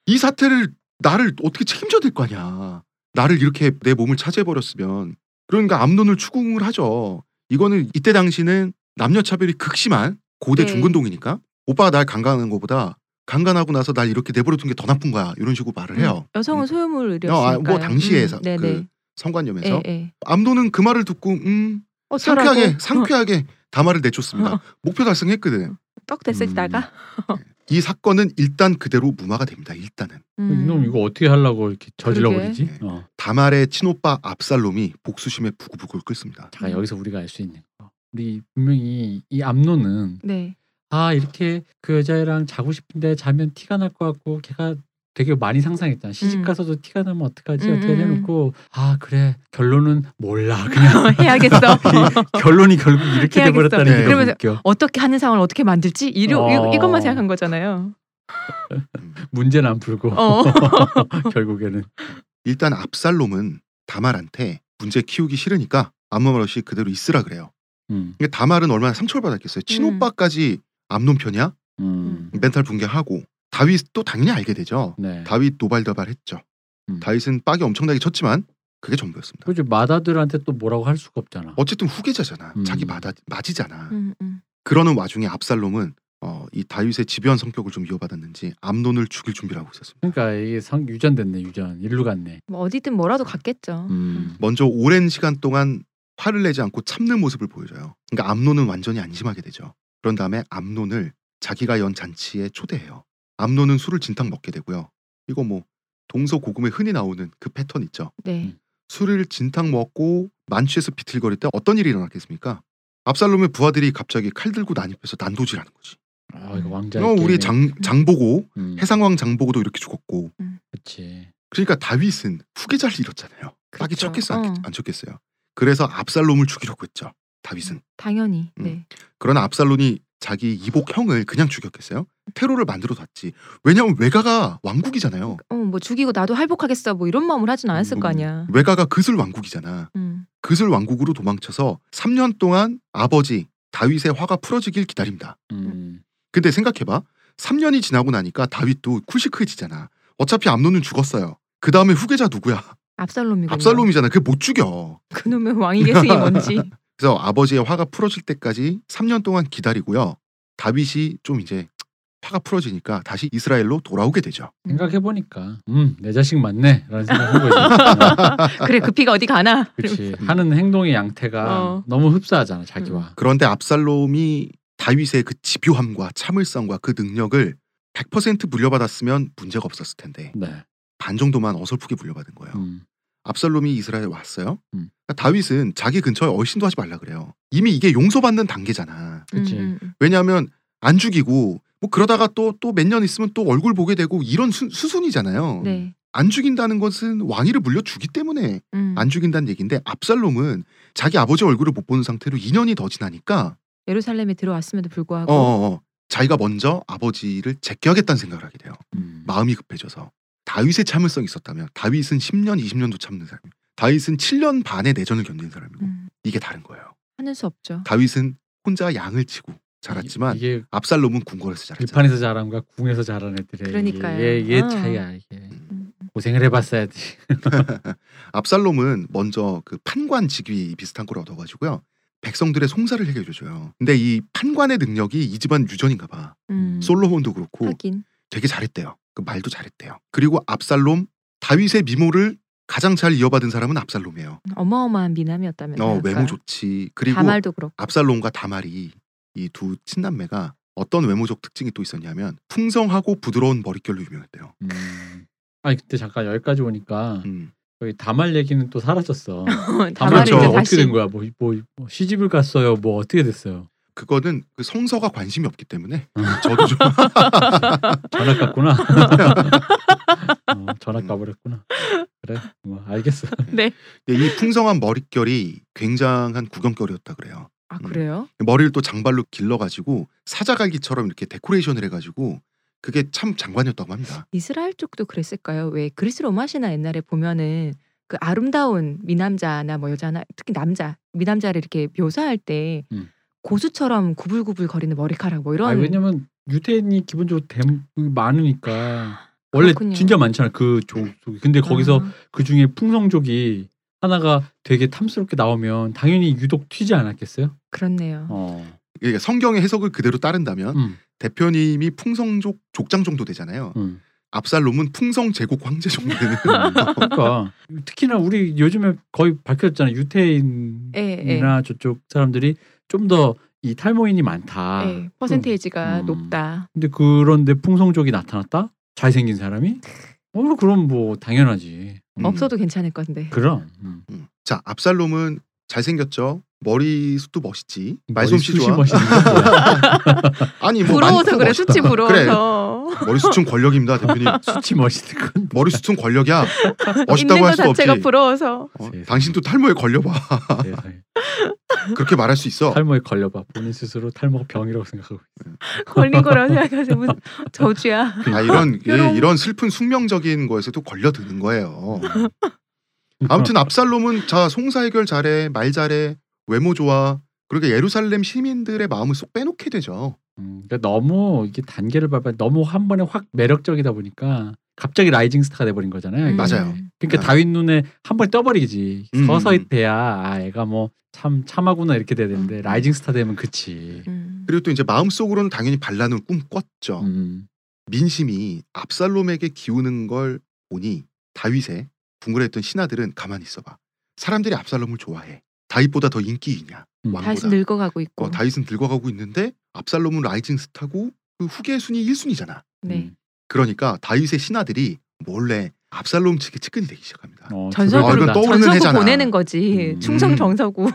이 사태를 나를 어떻게 책임져야 될 거냐. 나를 이렇게 내 몸을 차지해 버렸으면 그러니까 암론을 추궁을 하죠. 이거는 이때 당시는 남녀 차별이 극심한 고대 네. 중근동이니까 오빠가 날 강간하는 것보다 강간하고 나서 날 이렇게 내버려 둔 게 더 나쁜 거야 이런 식으로 말을 해요. 여성은 음. 소유물이었으니까. 어, 아, 뭐 당시에 사- 음. 네네. 그 성관념에서 예, 예. 암론은 그 말을 듣고 음 어쩌라고? 상쾌하게 어, 상쾌하게 다말을 내쫓습니다. 어. 목표 달성했거든. 떡 됐을다가. 이 사건은 일단 그대로 무마가 됩니다. 일단은. 음. 이놈 이거 어떻게 하려고 이렇게 저질러 그러게. 버리지? 어. 다말의 친오빠 압살롬이 복수심에 부글부글 끓습니다. 음. 잠깐 여기서 우리가 알 수 있는 거. 우리 분명히 이 암론은 네. 아 이렇게 그 여자애랑 자고 싶은데 자면 티가 날 것 같고 걔가 되게 많이 상상했잖아 시집 음. 가서도 티가 나면 어떡하지 음, 어떻게 음, 음. 해놓고 아 그래 결론은 몰라 그냥 해야겠어. 이 결론이 결국 이렇게 해야겠어. 돼버렸다는 게 너무 그러면서- 웃겨 어떻게 하는 상황을 어떻게 만들지? 이러, 어. 이, 이것만 생각한 거잖아요. 문제는 안 풀고 어. 결국에는 일단 압살롬은 다말한테 문제 키우기 싫으니까 아무 말 없이 그대로 있으라 그래요. 음, 근데 다말은 얼마나 상처를 받았겠어요. 친오빠까지 암놈 편이야? 음, 멘탈 붕괴하고 다윗도 당연히 알게 되죠. 네 다윗 노발다발했죠. 음. 다윗은 빡이 엄청나게 쳤지만 그게 전부였습니다. 그죠 마다들한테 또 뭐라고 할 수가 없잖아 어쨌든 후계자잖아. 음. 자기 맞아, 맞이잖아. 음, 음. 그러는 와중에 압살롬은 어, 이 다윗의 집요한 성격을 좀 이어받았는지 암론을 죽일 준비를 하고 있었습니다. 그러니까 이게 성 유전됐네 유전 일로 갔네 뭐 어디든 뭐라도 갔겠죠. 음. 먼저 오랜 시간 동안 화를 내지 않고 참는 모습을 보여줘요. 그러니까 암론은 완전히 안심하게 되죠. 그런 다음에 암론을 자기가 연 잔치에 초대해요. 암노는 술을 진탕 먹게 되고요. 이거 뭐 동서고금에 흔히 나오는 그 패턴 있죠. 네. 술을 진탕 먹고 만취해서 비틀거릴 때 어떤 일이 일어났겠습니까? 압살롬의 부하들이 갑자기 칼 들고 난입해서 난도질하는 거지. 아 이거 왕자. 어, 우리 장 장보고 음, 해상왕 장보고도 이렇게 죽었고 그치. 그러니까 다윗은 후계자를 잃었잖아요. 딱히 그렇죠. 쳤겠어 어. 안, 안 쳤겠어요. 그래서 압살롬을 죽이려고 했죠. 다윗은 당연히. 음. 네. 그러나 압살롬이 자기 이복 형을 그냥 죽였겠어요? 테러를 만들어 놨지. 왜냐하면 외가가 왕국이잖아요. 어 뭐 죽이고 나도 할복하겠어 뭐 이런 마음을 하진 않았을 음. 거 아니야. 외가가 그슬 왕국이잖아. 음. 그슬 왕국으로 도망쳐서 3년 동안 아버지 다윗의 화가 풀어지길 기다립니다. 음. 근데 생각해봐. 3년이 지나고 나니까 다윗도 쿨시크해지잖아. 어차피 암론은 죽었어요. 그 다음에 후계자 누구야? 압살롬이군요. 압살롬이잖아. 그게 못 죽여. 그놈의 왕의 계승이 뭔지. 음. 그래서 아버지의 화가 풀어질 때까지 3년 동안 기다리고요. 다윗이 좀 이제 화가 풀어지니까 다시 이스라엘로 돌아오게 되죠. 음. 생각해 보니까 음내 자식 맞네라는 생각한 거지. 그래 그 피가 어디 가나. 그렇지. 하는 행동의 양태가 어. 너무 흡사하잖아 자기와. 그런데 압살롬이 다윗의 그 집요함과 참을성과 그 능력을 100% 물려받았으면 문제가 없었을 텐데 음. 네. 반 정도만 어설프게 물려받은 거예요. 음. 압살롬이 이스라엘 왔어요. 음. 그러니까 다윗은 자기 근처에 얼씬도 하지 말라 그래요. 이미 이게 용서받는 단계잖아. 그치. 음, 음, 왜냐하면 안 죽이고 뭐 그러다가 또 또 몇 년 있으면 또 얼굴 보게 되고 이런 수, 순이잖아요 음. 네. 안 죽인다는 것은 왕위를 물려주기 때문에 음. 안 죽인다는 얘기인데 압살롬은 자기 아버지 얼굴을 못 보는 상태로 2년이 더 지나니까 예루살렘에 들어왔음에도 불구하고 어, 어, 어, 자기가 먼저 아버지를 제껴야겠다는 생각을 하게 돼요. 음. 마음이 급해져서 다윗의 참을성이 있었다면 다윗은 10년, 20년도 참는 사람이고 다윗은 7년 반의 내전을 견딘 사람이고 음, 이게 다른 거예요. 하는 수 없죠. 다윗은 혼자 양을 치고 자랐지만 이게 그렇죠. 압살롬은 궁궐에서 자랐잖아요. 들판에서 자란과 궁에서 자란 애들의 그러니까요. 이게, 이게, 이게 어. 차이야 이게 음. 고생을 해봤어야지. 압살롬은 먼저 그 판관 직위 비슷한 걸 얻어가지고요. 백성들의 송사를 해결해줘요. 근데 이 판관의 능력이 이 집안 유전인가 봐. 음. 솔로몬도 그렇고 하긴. 되게 잘했대요. 그 말도 잘했대요. 그리고 압살롬, 다윗의 미모를 가장 잘 이어받은 사람은 압살롬이에요. 어마어마한 미남이었다면. 어, 외모 좋지. 그리고 다말도 그렇고. 압살롬과 다말이 이 두 친남매가 어떤 외모적 특징이 또 있었냐면 풍성하고 부드러운 머릿결로 유명했대요. 음. 아니 그때 잠깐 여기까지 오니까 음. 여기 다말 얘기는 또 사라졌어. 다말 다말이 그렇죠. 이제 이제 아, 어떻게 다시 된 거야? 뭐, 뭐, 뭐 시집을 갔어요? 뭐 어떻게 됐어요? 그거는 그 성서가 관심이 없기 때문에 아. 저도 좀 전학 갔구나. 어, 전학 가버렸구나. 그래, 뭐 알겠어. 네. 근데 네, 이 풍성한 머릿결이 굉장한 구경거리였다 그래요. 아 그래요? 머리를 또 장발로 길러가지고 사자갈기처럼 이렇게 데코레이션을 해가지고 그게 참 장관이었다고 합니다. 이스라엘 쪽도 그랬을까요? 왜 그리스 로마 시나 옛날에 보면은 그 아름다운 미남자나 뭐 여자나 특히 남자 미남자를 이렇게 묘사할 때 음. 고수처럼 구불구불 거리는 머리카락 뭐 아 이런 왜냐면 유대인이 기본적으로 댐, 많으니까 원래 그렇군요. 진짜 많잖아 그 종족이. 근데 거기서 아, 그 중에 풍성족이 하나가 되게 탐스럽게 나오면 당연히 유독 튀지 않았겠어요? 그렇네요. 어. 이게 그러니까 성경의 해석을 그대로 따른다면 음, 대표님이 풍성족 족장 정도 되잖아요. 음. 압살롬은 풍성 제국 황제 정도 되는. 음. 그러니까 특히나 우리 요즘에 거의 밝혀졌잖아요 유태인이나 예, 예. 저쪽 사람들이 좀 더 이 탈모인이 많다. 예, 퍼센테이지가 아, 음. 높다. 근데 그런데 풍성족이 나타났다? 잘생긴 사람이? 어 그럼 뭐 당연하지. 음, 없어도 괜찮을 건데. 그럼 음. 음. 자 압살롬은 잘생겼죠. 머리숱도 멋있지. 말솜씨 머리 숱이 좋아. 멋있는데. 아니 뭐 부러워서 많다 그래 멋있다. 수치 부러워서 머리숱은 권력입니다 대표님. 숱이 멋있는 건 머리숱은 권력이야. 있는 멋있다고 것 할 수 없지. 자체가 부러워서 어, 세상에. 당신도 탈모에 걸려봐. 아, 세상에. 그렇게 말할 수 있어. 네. 탈모에 걸려봐 본인 스스로 탈모가 병이라고 생각하고 걸린 거라고 생각해서 무슨 저주야. 아, 이런 예, 요런. 이런 슬픈 숙명적인 거에서도 걸려드는 거예요. 있어. 아무튼 압살롬은 자 송사 해결 잘해, 말 잘해, 외모 좋아. 그렇게 예루살렘 시민들의 마음을 쏙 빼놓게 되죠. 음, 그러니까 너무 이게 단계를 밟아 너무 한 번에 확 매력적이다 보니까 갑자기 라이징 스타가 돼버린 거잖아요. 음. 맞아요. 그러니까 네. 다윗 눈에 한 번에 떠버리지 음. 서서히 돼야 아 애가 뭐 참 참하구나 이렇게 돼야 되는데 음. 라이징 스타 되면 그치. 음. 그리고 또 이제 마음속으로는 당연히 반란을 꿈꿨죠. 음. 민심이 압살롬에게 기우는 걸 보니 다윗의 궁궐했던 신하들은 가만히 있어봐. 사람들이 압살롬을 좋아해. 다윗보다 더 인기이냐? 음. 다시 왕보다. 늙어가고 있고. 어, 다윗은 늙어가고 있는데 압살롬은 라이징 스타고 그 후계 순위 1순위잖아. 네. 음. 그러니까 다윗의 신하들이 몰래 압살롬 측에 측근이 되기 시작합니다. 어, 아, 전설로 이건 또 떠오르는 전서구 해잖아. 보내는 거지. 음. 충성 정서구.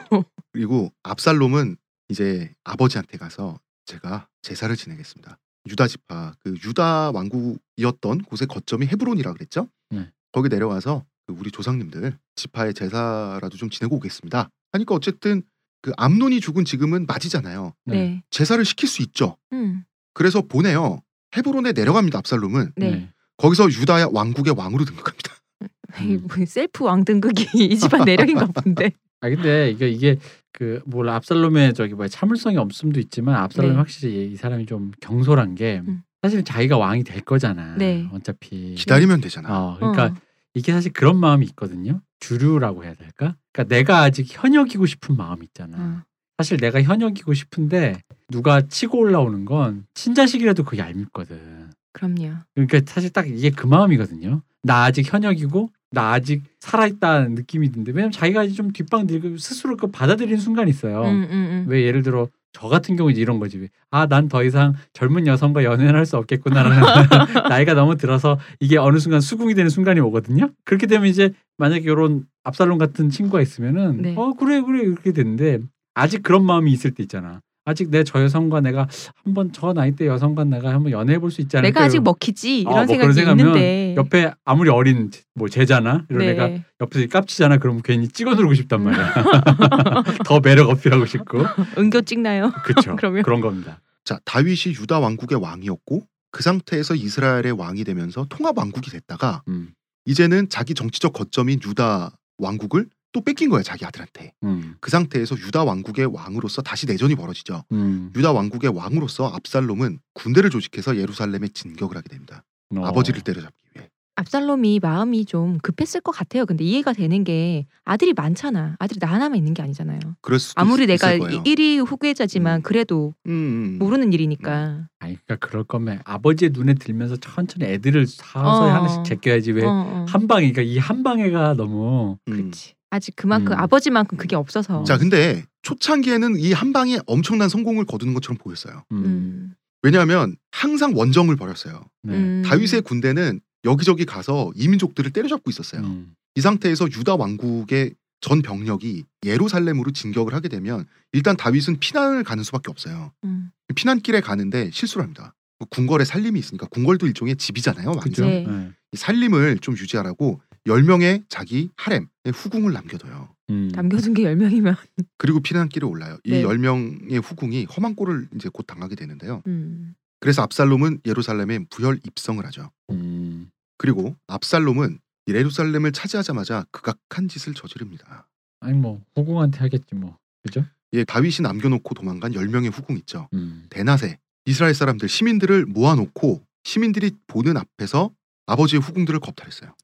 그리고 압살롬은 이제 아버지한테 가서 제가 제사를 지내겠습니다. 유다 지파 그 유다 왕국이었던 곳의 거점이 헤브론이라 그랬죠. 네. 거기 내려가서 그 우리 조상님들 지파의 제사라도 좀 지내고 오겠습니다. 하니까 어쨌든 그 암논이 죽은 지금은 맞이잖아요. 네. 네. 제사를 시킬 수 있죠. 음. 그래서 보내요. 헤브론에 내려갑니다. 압살롬은 네. 거기서 유다 왕국의 왕으로 등극합니다. 음. 이뭐 셀프 왕등극이 이 집안 내력인가 본데. 아 근데 이게 이게 그뭘 압살롬의 저기 뭐야 참을성이 없음도 있지만 압살롬 이 네. 확실히 이 사람이 좀 경솔한 게 음. 사실 자기가 왕이 될 거잖아. 네. 어차피 기다리면 되잖아. 어 그러니까 어. 이게 사실 그런 마음이 있거든요. 주류라고 해야 될까? 그러니까 내가 아직 현역이고 싶은 마음 있잖아. 어. 사실 내가 현역이고 싶은데 누가 치고 올라오는 건 친자식이라도 그게 얄밉거든. 그럼요. 그러니까 사실 딱 이게 그 마음이거든요. 나 아직 현역이고 나 아직 살아있다는 느낌이 드는데 왜냐면 자기가 좀 뒷방 들고 스스로 그 받아들이는 순간이 있어요. 음, 음, 음. 왜 예를 들어 저 같은 경우 이제 이런 거지. 아 난 더 이상 젊은 여성과 연애를 할 수 없겠구나라는 나이가 너무 들어서 이게 어느 순간 수긍이 되는 순간이 오거든요. 그렇게 되면 이제 만약에 이런 압살롬 같은 친구가 있으면은 네. 어 그래 그래 이렇게 되는데 아직 그런 마음이 있을 때 있잖아. 아직 내 저 여성과 내가 한번 저 나이 때 여성과 내가 한번 연애해 볼 수 있지 않을까? 내가 아직 이런- 먹히지 아, 이런 뭐 그런 생각이 생각하면 있는데. 옆에 아무리 어린 제- 뭐 제자나 네. 이런 애가 옆에서 깝치잖아. 그러면 괜히 찍어 누르고 싶단 말이야. 더 매력 어필하고 싶고. 은교 찍나요? 그렇죠. 그러면- 그런 겁니다. 자, 다윗이 유다 왕국의 왕이었고 그 상태에서 이스라엘의 왕이 되면서 통합 왕국이 됐다가 음. 이제는 자기 정치적 거점인 유다 왕국을 또 뺏긴 거야 자기 아들한테. 음. 그 상태에서 유다 왕국의 왕으로서 다시 내전이 벌어지죠. 음. 유다 왕국의 왕으로서 압살롬은 군대를 조직해서 예루살렘에 진격을 하게 됩니다. 어. 아버지를 때려잡기 위해. 압살롬이 마음이 좀 급했을 것 같아요. 근데 이해가 되는 게 아들이 많잖아. 아들이 나 하나만 있는 게 아니잖아요. 그럴 수도 아무리 있, 내가 있을 거예요. 1위 후계자지만 음. 그래도 음, 음, 음. 모르는 일이니까. 아니, 그러니까 그럴 거면 아버지의 눈에 들면서 천천히 애들을 사서 어. 하나씩 제껴야지 왜 한 어, 어. 방에 그러니까 이 한 방에가 너무 음. 그렇지. 아직 그만큼 음. 아버지만큼 그게 없어서. 자, 근데 초창기에는 이 한 방에 엄청난 성공을 거두는 것처럼 보였어요. 음. 음. 왜냐하면 항상 원정을 벌였어요. 네. 음. 다윗의 군대는 여기저기 가서 이민족들을 때려잡고 있었어요. 음. 이 상태에서 유다 왕국의 전 병력이 예루살렘으로 진격을 하게 되면 일단 다윗은 피난을 가는 수밖에 없어요. 음. 피난길에 가는데 실수를 합니다. 그 궁궐에 살림이 있으니까 궁궐도 일종의 집이잖아요. 왕이 그죠? 네. 네. 이 살림을 좀 유지하라고 10명의 자기 하렘 후궁을 남겨둬요. 음. 남겨둔 게 10명이면. 그리고 피난길에 올라요. 이 네. 10명의 후궁이 험한 꼴을 이제 곧 당하게 되는데요. 음. 그래서 압살롬은 예루살렘에 부혈 입성을 하죠. 음. 그리고 압살롬은 예루살렘을 차지하자마자 극악한 짓을 저지릅니다. 아니 뭐 후궁한테 하겠지 뭐. 그죠? 예, 다윗이 남겨놓고 도망간 10명의 후궁 있죠. 음. 대낮에 이스라엘 사람들 시민들을 모아놓고 시민들이 보는 앞에서 아버지의 후궁들을 겁탈했어요.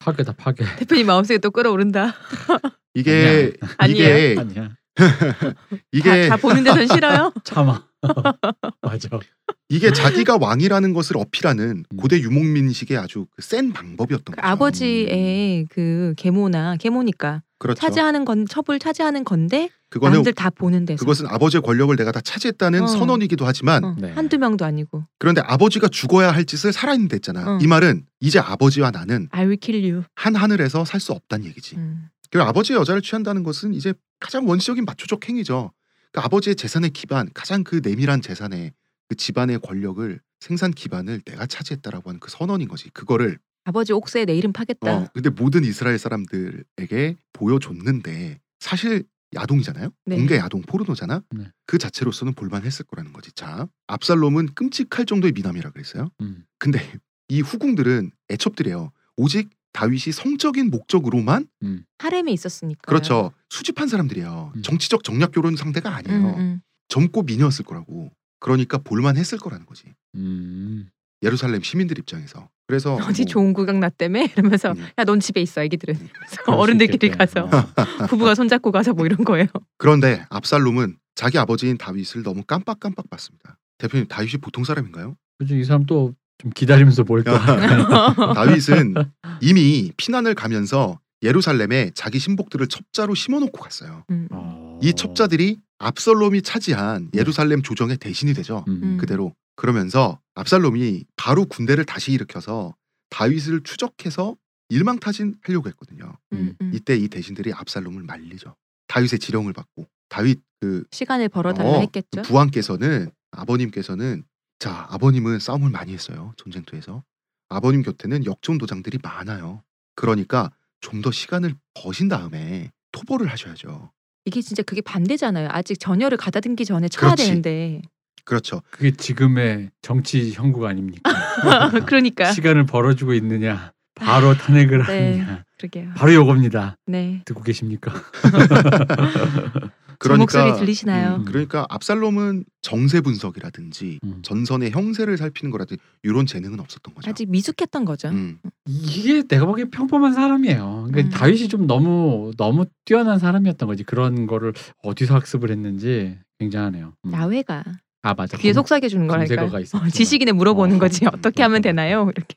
파괴다 파괴. 대표님 마음속에 또 끌어오른다. 이게 이게 아니야. 이게 다, 다 보는 데선 싫어요? 참아. 맞아. 이게 자기가 왕이라는 것을 어필하는 음. 고대 유목민식의 아주 그센 방법이었던 그 거죠. 아버지의 그 계모나 계모니까 그렇죠. 차지하는 건 처벌 차지하는 건데 그거는 남들 다 보는 데서 그것은 아버지의 권력을 내가 다 차지했다는 어. 선언이기도 하지만 어, 네. 한두 명도 아니고 그런데 아버지가 죽어야 할 짓을 살아있는데 했잖아. 어. 이 말은 이제 아버지와 나는 I will kill you. 한 하늘에서 살 수 없다는 얘기지. 음. 그리고 아버지의 여자를 취한다는 것은 이제 가장 원시적인 마초적 행위죠. 그 아버지의 재산의 기반, 가장 그 내밀한 재산의 그 집안의 권력을 생산 기반을 내가 차지했다라고 하는 그 선언인 거지. 그거를 아버지 옥새에 내 이름 파겠다. 어, 근데 모든 이스라엘 사람들에게 보여줬는데 사실 야동이잖아요. 네. 공개 야동 포르노잖아. 네. 그 자체로서는 볼만했을 거라는 거지. 자, 압살롬은 끔찍할 정도의 미남이라 그랬어요. 음. 근데 이 후궁들은 애첩들이에요. 오직 다윗이 성적인 목적으로만 아. 하렘에 있었으니까. 그렇죠. 수집한 사람들이에요. 음. 정치적 정략 결혼 상대가 아니에요. 음, 음. 젊고 미녀였을 거라고. 그러니까 볼만했을 거라는 거지. 음. 예루살렘 시민들 입장에서. 그래서 어디 뭐, 좋은 구경 나 때문에 이러면서 음. 야 넌 집에 있어 애기들은 이러면서 그럴 수 어른들끼리 있겠다. 음. 가서 부부가 손잡고 가서 뭐 이런 거예요. 그런데 압살롬은 자기 아버지인 다윗을 너무 깜빡깜빡 봤습니다. 대표님 다윗이 보통 사람인가요? 그죠? 이 사람 또 좀 기다리면서 뭘까? 다윗은 이미 피난을 가면서 예루살렘에 자기 신복들을 첩자로 심어놓고 갔어요. 음. 어. 네. 이 첩자들이 압살롬이 차지한 예루살렘 조정의 대신이 되죠. 음. 음. 그대로 그러면서 압살롬이 바로 군대를 다시 일으켜서 다윗을 추적해서 일망타진하려고 했거든요. 음, 음. 이때 이 대신들이 압살롬을 말리죠. 다윗의 지령을 받고 다윗 그 시간을 벌어달라 어, 했겠죠. 부왕께서는 아버님께서는 자 아버님은 싸움을 많이 했어요 전쟁터에서 아버님 곁에는 역전 도장들이 많아요. 그러니까 좀 더 시간을 버신 다음에 토벌을 하셔야죠. 이게 진짜 그게 반대잖아요. 아직 전열을 가다듬기 전에 쳐야 그렇지. 되는데. 그렇죠. 그게 지금의 정치 형국 아닙니까? 그러니까 시간을 벌어주고 있느냐, 바로 탄핵을 네. 하느냐, 그러게요. 바로 요겁니다. 네. 듣고 계십니까? 제 목소리 들리시나요? 그러니까 음. 그러니까 압살롬은 정세 분석이라든지 음. 전선의 형세를 살피는 거라든지 이런 재능은 없었던 거죠. 아직 미숙했던 거죠. 음, 이게 내가 보기엔 평범한 사람이에요. 그러니까 음. 다윗이 좀 너무 너무 뛰어난 사람이었던 거지. 그런 거를 어디서 학습을 했는지 굉장하네요. 음. 야외가 아 맞아. 귀에 속삭여 주는 거랄까. 검색어가 있어. 어, 지식인에 물어보는 어. 거지. 어떻게 하면 되나요? 이렇게.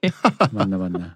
맞나 맞나.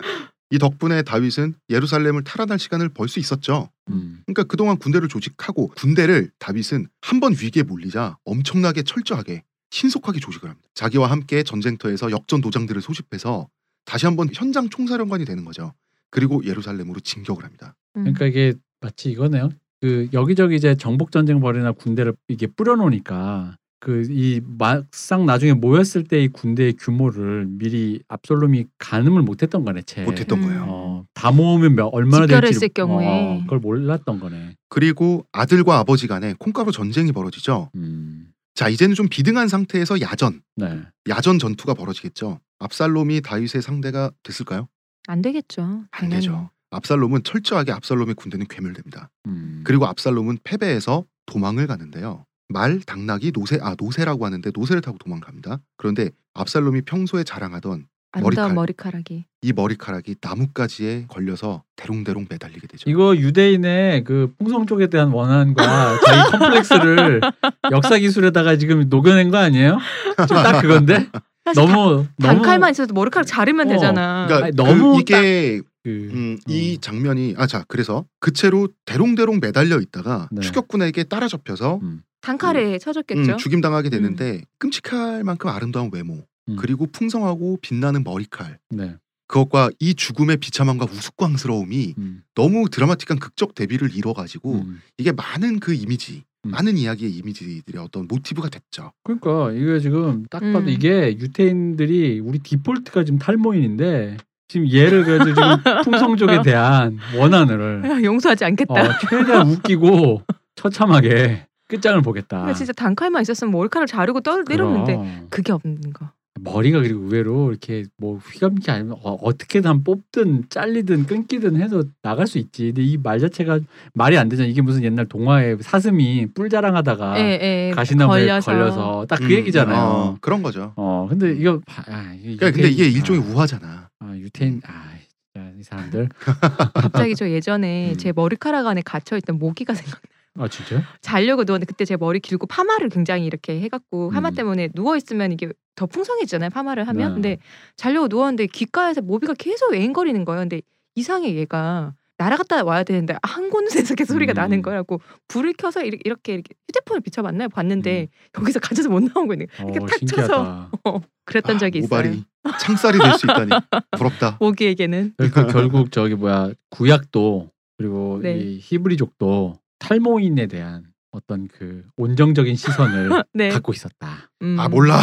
이 덕분에 다윗은 예루살렘을 탈환할 시간을 벌 수 있었죠. 음. 그러니까 그동안 군대를 조직하고 군대를 다윗은 한 번 위기에 몰리자 엄청나게 철저하게 신속하게 조직을 합니다. 자기와 함께 전쟁터에서 역전 도장들을 소집해서 다시 한번 현장 총사령관이 되는 거죠. 그리고 예루살렘으로 진격을 합니다. 음. 그러니까 이게 마치 이거네요. 그 여기저기 이제 정복 전쟁 벌이나 군대를 이게 뿌려놓으니까 그 이 막상 나중에 모였을 때 이 군대의 규모를 미리 압솔롬이 가늠을 못했던 거네. 채. 못했던 음. 거예요. 어, 다 모으면 몇- 얼마나 집결을 될지 어, 했을 경우에. 그걸 몰랐던 거네. 그리고 아들과 아버지 간에 콩가루 전쟁이 벌어지죠. 음. 자 이제는 좀 비등한 상태에서 야전, 네. 야전 전투가 벌어지겠죠. 압살롬이 다윗의 상대가 됐을까요? 안 되겠죠. 안 당연히. 되죠. 압살롬은 철저하게 압살롬의 군대는 괴멸됩니다. 음. 그렇죠. 그리고 압살롬은 패배해서 도망을 가는데요. 말, 당나귀, 노새, 아 노새라고 하는데 노새를 타고 도망갑니다. 그런데 압살롬이 평소에 자랑하던 아름다운 머리카락. 머리카락이. 이 머리카락이 나뭇가지에 걸려서 대롱대롱 매달리게 되죠. 이거 유대인의 그 풍성 쪽에 대한 원한과 자기 컴플렉스를 역사 기술에다가 지금 녹여낸 거 아니에요? 지금 딱 그건데 사실 단- 너무 너무 단칼만 있어도 머리카락 자르면 어, 되잖아. 그러니까 아니, 그 너무 이게 그, 음, 이 장면이 아 자 그래서 그 채로 대롱대롱 매달려 있다가 네. 추격군에게 따라잡혀서 음, 단칼에 쳐줬겠죠. 음, 죽임당하게 되는데 끔찍할 만큼 아름다운 외모 음. 그리고 풍성하고 빛나는 머리칼 네. 그것과 이 죽음의 비참함과 우스꽝스러움이 음, 너무 드라마틱한 극적 대비를 이뤄가지고 음. 이게 많은 그 이미지, 음. 많은 이야기의 이미지들의 어떤 모티브가 됐죠. 그러니까 이게 지금 딱 봐도 음. 이게 유태인들이 우리 디폴트가 지금 탈모인인데 지금 얘를 그래도 지금 풍성족에 대한 원한을 용서하지 어, 않겠다. 최대한 웃기고 처참하게 끝장을 보겠다. 그러니까 진짜 단칼만 있었으면 머리카락 자르고 떨 내렸는데 그럼. 그게 없는 거. 머리가 그리고 의외로 이렇게 뭐 휘감기 아니면 어, 어떻게든 뽑든 잘리든 끊기든 해서 나갈 수 있지. 근데 이 말 자체가 말이 안 되잖아. 이게 무슨 옛날 동화에 사슴이 뿔 자랑하다가 예, 예. 아, 가시나무에 걸려서, 딱 그 음, 얘기잖아요. 어, 어. 그런 거죠. 근데 이거 봐- 아, 이게 그러니까 근데 이게 유태인- 일종의 아, 우화잖아. 아, 유태인 아, 진짜 이 사람들. 갑자기 저 예전에 음. 제 머리카락 안에 갇혀 있던 모기가 생각. 아, 진짜? 자려고 누웠는데 그때 제 머리 길고 파마를 굉장히 이렇게 해갖고 파마 음. 때문에 누워 있으면 이게 더 풍성해지잖아요 파마를 하면 네. 근데 자려고 누웠는데 귓가에서 모비가 계속 애행거리는 거예요 근데 이상해 얘가 날아갔다 와야 되는데 한 곳에서 계속 소리가 음. 나는 거라고 불을 켜서 이렇게, 이렇게, 이렇게 휴대폰을 비춰봤나요 음. 봤는데 여기서 갇혀서 못 나오고 있는 거예요. 이렇게 어, 탁 쳐서 신기하다. 그랬던 아, 적이 있어요 모발이 창살이 될 수 있다니 부럽다. 모기에게는 그러니까 결국 저기 뭐야 구약도 그리고 네. 이 히브리족도 탈모인에 대한 어떤 그 온정적인 시선을 네. 갖고 있었다. 음. 아 몰라.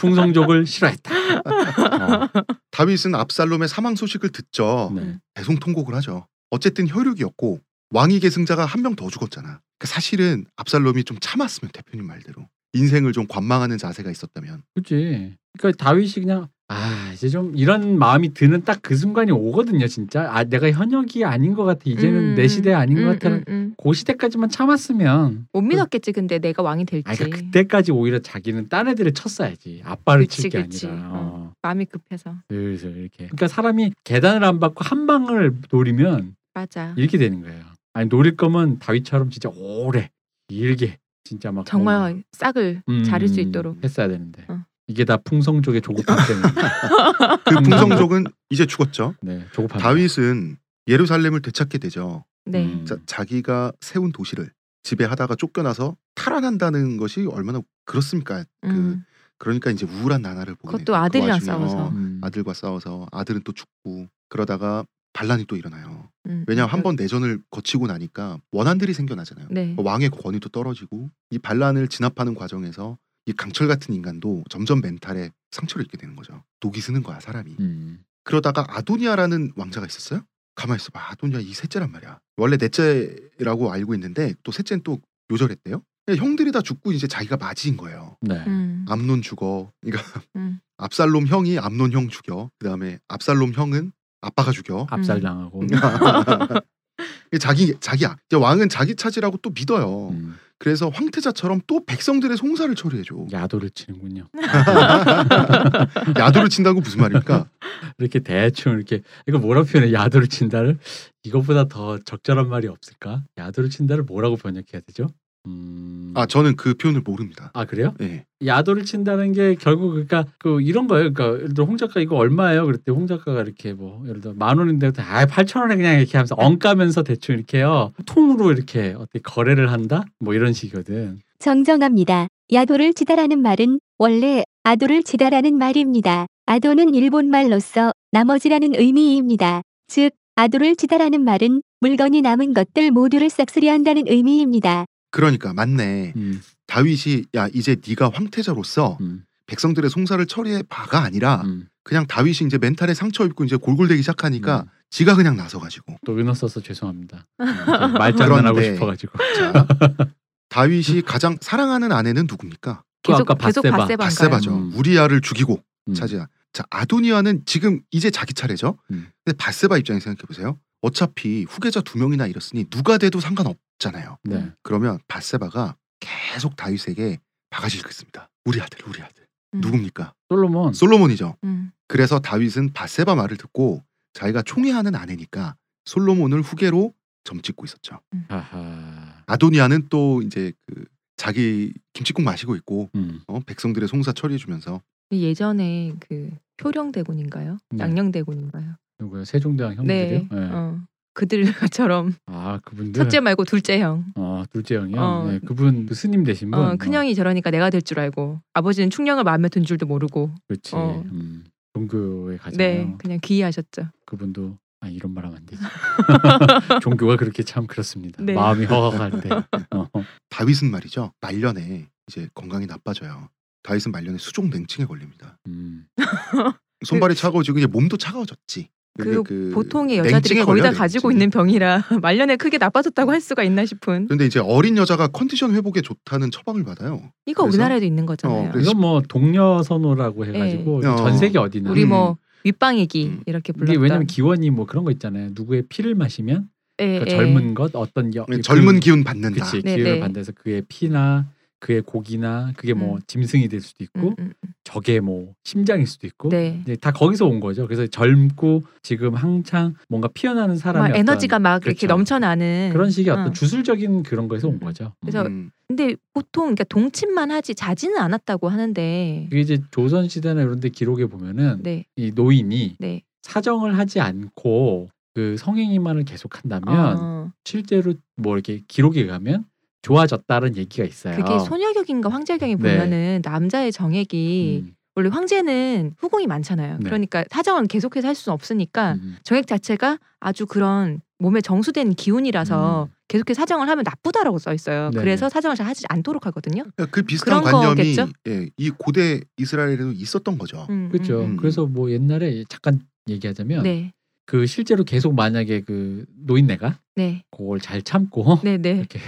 풍성족을 싫어했다. 어, 다윗은 압살롬의 사망 소식을 듣죠. 네. 배송 통곡을 하죠. 어쨌든 혈육이었고 왕위 계승자가 한 명 더 죽었잖아. 그러니까 사실은 압살롬이 좀 참았으면 대표님 말대로 인생을 좀 관망하는 자세가 있었다면 그렇지. 그러니까 다윗이 그냥 아 이제 좀 이런 마음이 드는 딱 그 순간이 오거든요, 진짜. 아 내가 현역이 아닌 것 같아. 이제는 음, 내 시대 아닌 음, 것 같아. 음, 음. 그 시대까지만 참았으면. 못 믿었겠지 근데 내가 왕이 될지 그 아, 그러니까 그때까지 오히려 자기는 딴 애들을 쳤어야지. 아빠를 칠 게 그치, 그치. 아니라. 어. 마음이 급해서 슬슬 이렇게. 그러니까 사람이 계단을 안 밟고 한 방을 노리면 맞아 이렇게 되는 거예요. 아니 노릴 거면 다윗처럼 진짜 오래 길게 진짜 막 정말 어. 싹을 음, 자를 수 있도록 했어야 되는데 어. 이게 다 풍성족의 조급함 때문에. 음. 그 풍성족은 이제 죽었죠. 네, 조급함. 다윗은 예루살렘을 되찾게 되죠. 네 음. 자, 자기가 세운 도시를 지배하다가 쫓겨나서 탈환한다는 것이 얼마나 그렇습니까? 음. 그러니까 이제 우울한 나나를 보게 돼요. 그것도 그 아들이랑 와중에, 싸워서. 어, 음. 아들과 싸워서 아들은 또 죽고 그러다가 반란이 또 일어나요. 음. 그 왜냐하면 한 번 내전을 거치고 나니까 원한들이 생겨나잖아요. 뭐 네. 왕의 권위도 떨어지고 이 반란을 진압하는 과정에서 이 강철 같은 인간도 점점 멘탈에 상처를 입게 되는 거죠. 독이 쓰는 거야 사람이. 음. 그러다가 아도니아라는 왕자가 있었어요. 가만 있어 봐. 아도니아 이 셋째란 말이야. 원래 넷째라고 알고 있는데 또 셋째는 또 요절했대요. 그냥 형들이 다 죽고 이제 자기가 맞이인 거예요. 네. 음. 암논 죽어. 그러니까 음. 압살롬 형이 암논 형 죽여. 그다음에 압살롬 형은 아빠가 죽여. 압살 음. 당하고. 자기 자기야. 이제 왕은 자기 차지라고 또 믿어요. 음. 그래서 황태자처럼 또 백성들의 송사를 처리해 줘. 야도를 치는군요. 야도를 친다고 무슨 말입니까? 이렇게 대충 이렇게 이거 뭐라고 표현해? 야도를 친다를 이거보다 더 적절한 말이 없을까? 야도를 친다를 뭐라고 번역해야 되죠? 음. 아 저는 그 표현을 모릅니다. 아 그래요? 예. 야도를 친다는 게 결국 그러니까 그 이런 거예요. 그러니까 예를 들어 홍 작가 이거 얼마예요? 그랬더니 홍 작가가 이렇게 뭐 예를 들어 만 원인데 아 8천 원에 그냥 이렇게 하면서 엉까면서 대충 이렇게요. 통으로 이렇게 어떻게 거래를 한다? 뭐 이런 식이거든. 정정합니다. 야도를 치다라는 말은 원래 아도를 치다라는 말입니다. 아도는 일본 말로서 나머지라는 의미입니다. 즉, 아도를 치다라는 말은 물건이 남은 것들 모두를 싹쓸이한다는 의미입니다. 그러니까 맞네. 음, 다윗이 야 이제 네가 황태자로서 음, 백성들의 송사를 처리해 봐가 아니라 음. 그냥 다윗이 이제 멘탈에 상처 입고 이제 골골대기 시작하니까 음. 지가 그냥 나서 가지고 또 은어 써서 죄송합니다. 음, 좀 말장난하고 그런데. 싶어가지고. 다윗이 가장 사랑하는 아내는 누굽니까? 또 계속 아까 계속 바세바. 바세바인가요? 바세바죠. 음. 우리아를 죽이고 음. 차지한. 자 아도니아는 지금 이제 자기 차례죠. 음. 근데 바세바 입장에 생각해 보세요. 어차피 후계자 두 명이나 이렇으니 누가 돼도 상관없잖아요. 네. 그러면 바세바가 계속 다윗에게 바가지를 긋습니다. 우리 아들, 우리 아들. 음. 누굽니까? 솔로몬. 솔로몬이죠. 음. 그래서 다윗은 바세바 말을 듣고 자기가 총애하는 아내니까 솔로몬을 후계로 점찍고 있었죠. 아하. 아도니아는 또 이제 그 자기 김치국 마시고 있고 음. 어, 백성들의 송사 처리해주면서 예전에 그 효령대군인가요? 네. 양녕대군인가요? 누구요? 세종대왕 형들이요? 예. 네. 예. 어. 그들처럼 네. 아 그분들. 첫째 말고 둘째 형. 어 둘째 형이요. 어. 네, 그분 그 스님 되신 분. 어, 큰형이 저러니까 내가 될 줄 알고 아버지는 충령을 마음에 둔 줄도 모르고 그렇지. 어. 음. 종교에 가잖아요. 네 그냥 귀의하셨죠. 그분도 아 이런 말하면 안 되지. 종교가 그렇게 참 그렇습니다. 네. 마음이 허허할 때. 어. 다윗은 말이죠. 말년에 이제 건강이 나빠져요. 다윗은 말년에 수종 냉증에 걸립니다. 음. 손발이 차가워지고 이제 몸도 차가워졌지. 근데 그 그리고 그 보통의 냉증에 여자들이 거의 다 걸려요, 가지고 냉증에. 있는 병이라 말년에 크게 나빠졌다고 할 수가 있나 싶은. 근데 이제 어린 여자가 컨디션 회복에 좋다는 처방을 받아요. 이거 그래서? 우리나라에도 있는 거잖아요. 어, 그래서- 이건 뭐 동녀 선호라고 해가지고 네. 어. 전 세계 어디나. 우리 음. 뭐 윗방이기 음. 이렇게 이게 불렀던. 왜냐면 기원이 뭐 그런 거 있잖아요. 누구의 피를 마시면 예, 그 예. 젊은 것 어떤 여, 젊은 그- 기운 받는다. 그치 네, 기회를 네. 반대해서 그의 피나 그의 고기나 그게 뭐 음. 짐승이 될 음, 수도 있고 음, 음. 적의 뭐 심장일 수도 있고 네. 이제 다 거기서 온 거죠. 그래서 젊고 지금 한창 뭔가 피어나는 막 사람의 에너지가 막 이렇게 그렇죠. 넘쳐나는. 어떤 그런 식의 어떤 어. 주술적인 그런 거에서 온 거죠. 음. 그래서 음. 근데 보통 그러니까 동침만 하지 자지는 않았다고 하는데. 그게 이제 조선 시대나 이런 데 기록에 보면은 네. 이 노인이 네. 사정을 하지 않고 그 성행위만을 계속한다면 어, 실제로 뭐 이렇게 기록에 가면 좋아졌다는 얘기가 있어요. 그게 소녀격인가 황제격이 네. 보면은 남자의 정액이 음, 원래 황제는 후궁이 많잖아요. 네. 그러니까 사정은 계속해서 할 수는 없으니까 음. 정액 자체가 아주 그런 몸에 정수된 기운이라서 음. 계속해서 사정을 하면 나쁘다라고 써 있어요. 네네. 그래서 사정을 잘 하지 않도록 하거든요. 그 비슷한 그런 관념이 거겠죠? 예, 이 고대 이스라엘에도 있었던 거죠. 음, 그렇죠. 음. 그래서 뭐 옛날에 잠깐 얘기하자면 네, 그 실제로 계속 만약에 그 노인네가 네, 그걸 잘 참고 네, 네, 이렇게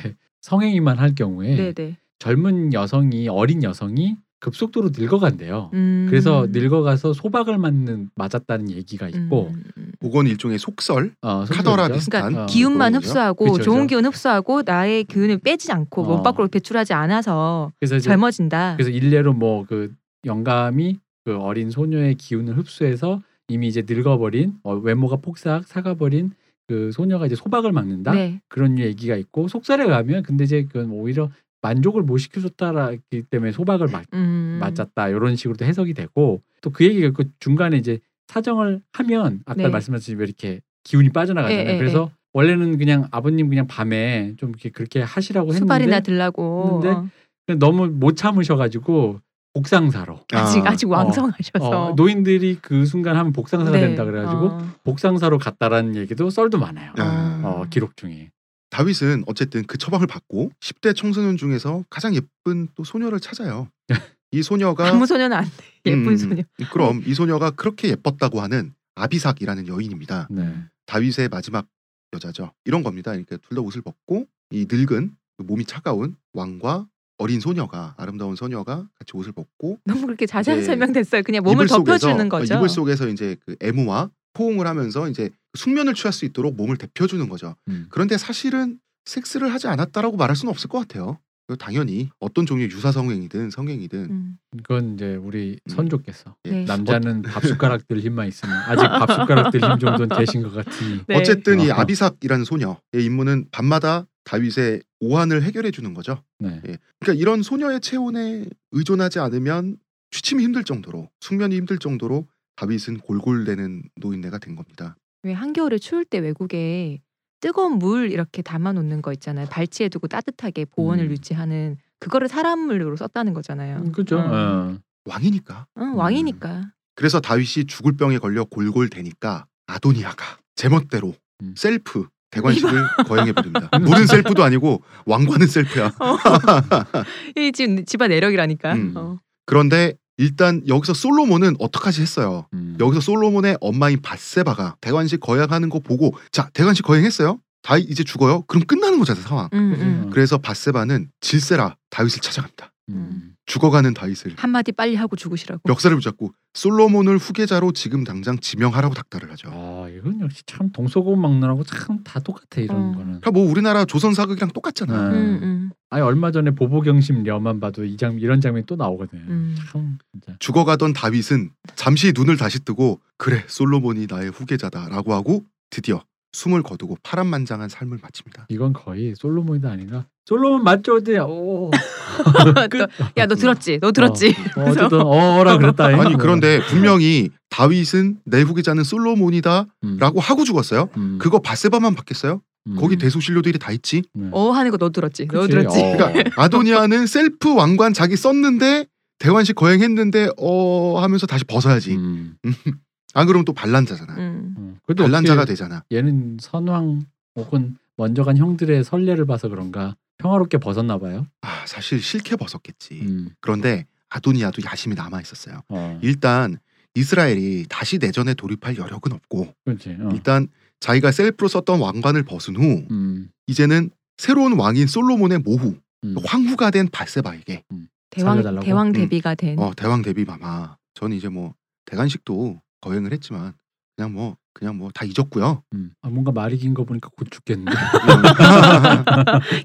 성행위만 할 경우에 네, 네. 젊은 여성이 어린 여성이 급속도로 늙어간대요. 음. 그래서 늙어가서 소박을 맞는 맞았다는 얘기가 있고 음, 음. 그건 일종의 속설, 어, 성격이죠. 카더라 비슷한 그러니까 어, 기운만 그거군요. 흡수하고 그쵸, 그쵸. 좋은 기운 흡수하고 나의 기운을 빼지 않고 어. 몸 밖으로 배출하지 않아서 그래서 이제 젊어진다. 그래서 일례로 뭐 그 영감이 그 어린 소녀의 기운을 흡수해서 이미 이제 늙어버린 어, 외모가 폭삭 사가버린 그 소녀가 이제 소박을 막는다. 네, 그런 얘기가 있고 속살에 가면 근데 이제 그건 오히려 만족을 못 시켜줬다라기 때문에 소박을 맞, 음. 맞았다 이런 식으로도 해석이 되고 또 그 얘기가 있고 중간에 이제 사정을 하면 아까 네. 말씀하신 왜 이렇게 기운이 빠져나가잖아요. 예, 예, 그래서 원래는 그냥 아버님 그냥 밤에 좀 이렇게 그렇게 하시라고 했는데 수발이나 들라고. 했는데 어. 그냥 너무 못 참으셔가지고 복상사로. 아직 아, 아직 왕성하셔서 어, 노인들이 그 순간 하면 복상사가 그렇죠. 네. 된다 그래가지고 어. 음. 복상사로 갔다라는 얘기도 썰도 많아요. 아. 어, 기록 중에. 다윗은 어쨌든 그 처방을 받고 10대 청소년 중에서 가장 예쁜 또 소녀를 찾아요. 이 소녀가 아무 소녀는 안 돼. 예쁜 음, 소녀. 네. 그럼 이 소녀가 그렇게 예뻤다고 하는 아비삭이라는 여인입니다. 음. 네. 다윗의 마지막 여자죠. 이런 겁니다. 그러니까 둘 다 옷을 벗고 이 늙은 그 몸이 차가운 왕과 어린 소녀가 아름다운 소녀가 같이 옷을 벗고 너무 그렇게 자세한 네. 설명됐어요. 그냥 몸을 이불 속에서, 덮여주는 어, 거죠. 이불 속에서 이제 그 애무와 포옹을 하면서 이제 그 숙면을 취할 수 있도록 몸을 데펴주는 거죠. 음. 그런데 사실은 섹스를 하지 않았다라고 말할 수는 없을 것 같아요. 그리고 당연히 어떤 종류의 유사 성행이든 성행이든 음. 그건 이제 우리 음. 선조께서 예, 네. 남자는 밥 숟가락 들 힘만 있으면 아직 밥 숟가락 들 힘 정도는 되신 것 같으니 네. 어쨌든 이 어. 아비삭이라는 소녀의 임무는 밤마다 다윗의 오한을 해결해 주는 거죠. 네. 그러니까 이런 소녀의 체온에 의존하지 않으면 취침이 힘들 정도로 숙면이 힘들 정도로 다윗은 골골대는 노인네가 된 겁니다. 왜 한겨울에 추울 때 외국에 뜨거운 물 이렇게 담아 놓는 거 있잖아요. 발치에 두고 따뜻하게 보온을 음. 유지하는 그거를 사람물로 썼다는 거잖아요. 음, 그죠? 음. 어. 왕이니까. 응, 왕이니까. 그래서 다윗이 죽을 병에 걸려 골골대니까 아도니아가 제멋대로 음. 셀프 대관식을 거행해 버립니다. 물은 셀프도 아니고 왕관은 셀프야. 어. 이 지금 집안 내력이라니까. 음. 어. 그런데 일단 여기서 솔로몬은 어떡하지 했어요. 음. 여기서 솔로몬의 엄마인 바세바가 대관식 거행하는 거 보고 자 대관식 거행했어요. 다윗 이제 죽어요. 그럼 끝나는 거잖아 상황. 음, 그죠? 음. 어. 그래서 바세바는 질세라 다윗을 찾아갑니다. 음. 죽어가는 다윗을 한마디 빨리 하고 죽으시라고. 멱살을 붙잡고 솔로몬을 후계자로 지금 당장 지명하라고 닥달을 하죠. 아 이건 역시 참 동서고금 막론하고 참 다 똑같아 이런 어. 거는. 그러니까 뭐 우리나라 조선 사극이랑 똑같잖아. 네. 음, 음, 아니 얼마 전에 보보경심 려만 봐도 이 장 이런 장면이 또 나오거든요. 음. 참 진짜. 죽어가던 다윗은 잠시 눈을 다시 뜨고 그래 솔로몬이 나의 후계자다라고 하고 드디어 숨을 거두고 파란만장한 삶을 마칩니다. 이건 거의 솔로몬이다 아니라 솔로몬 맞죠? 어디? 오. 그 끝. 야, 너 들었지? 너 들었지? 어, 어쨌든 어라 그랬다. 아니 그런데 네. 분명히 다윗은 내 후계자는 솔로몬이다라고 음. 하고 죽었어요. 음. 그거 바세바만 받겠어요? 음. 거기 대소신료들이 다 있지. 네. 어 하는 거 너 들었지? 너 그치? 들었지? 어. 그러니까 아도니아는 셀프 왕관 자기 썼는데 대관식 거행했는데 어 하면서 다시 벗어야지. 음. 안 그러면 또 반란자잖아. 음. 음. 그래도 반란자가 어떻게 되잖아. 얘는 선왕 혹은 먼저 간 형들의 선례를 봐서 그런가 평화롭게 벗었나 봐요. 아 사실 싫게 벗었겠지. 음. 그런데 아도니아도 야심이 남아 있었어요. 어. 일단 이스라엘이 다시 내전에 돌입할 여력은 없고 그렇지. 어. 일단 자기가 셀프로 썼던 왕관을 벗은 후 음. 이제는 새로운 왕인 솔로몬의 모후 음. 황후가 된 바세바에게 대왕 살려달라고? 대왕 음. 대비가 된. 어, 대왕 대비 마마 저는 이제 뭐 대관식도 거행을 했지만 그냥 뭐 그냥 뭐 다 잊었고요. 음. 아, 뭔가 말이 긴 거 보니까 곧 죽겠는데.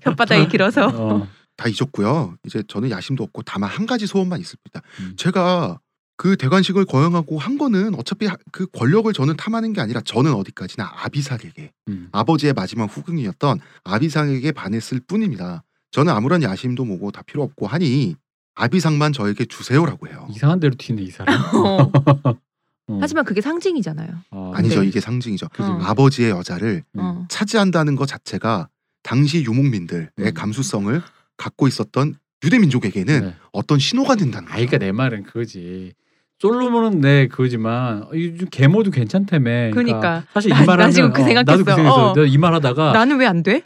혓바닥이 길어서. 어. 다 잊었고요. 이제 저는 야심도 없고 다만 한 가지 소원만 있습니다. 음. 제가 그 대관식을 거행하고 한 거는 어차피 하- 그 권력을 저는 탐하는 게 아니라 저는 어디까지나 아비삭에게 음. 아버지의 마지막 후궁이었던 아비상에게 반했을 뿐입니다. 저는 아무런 야심도 뭐고 다 필요 없고 하니 아비상만 저에게 주세요라고 해요. 이상한 대로 튀네 이 사람. 어. 어. 하지만 그게 상징이잖아요. 아, 아니죠. 네. 이게 상징이죠. 그지, 어. 그지. 아버지의 여자를 음. 어. 차지한다는 것 자체가 당시 유목민들의 음. 감수성을 갖고 있었던 유대민족에게는 네. 어떤 신호가 된다는 아, 거예요. 그러니까 내 말은 그거지. 솔로몬은 네 그거지만 어, 요즘 계모도 괜찮다며. 그러니까. 사실 나- 이 나 말하면 지금 그 나도 그 생각했어. 생각했어. 어. 내가 이 말하다가 나는 왜 안 돼?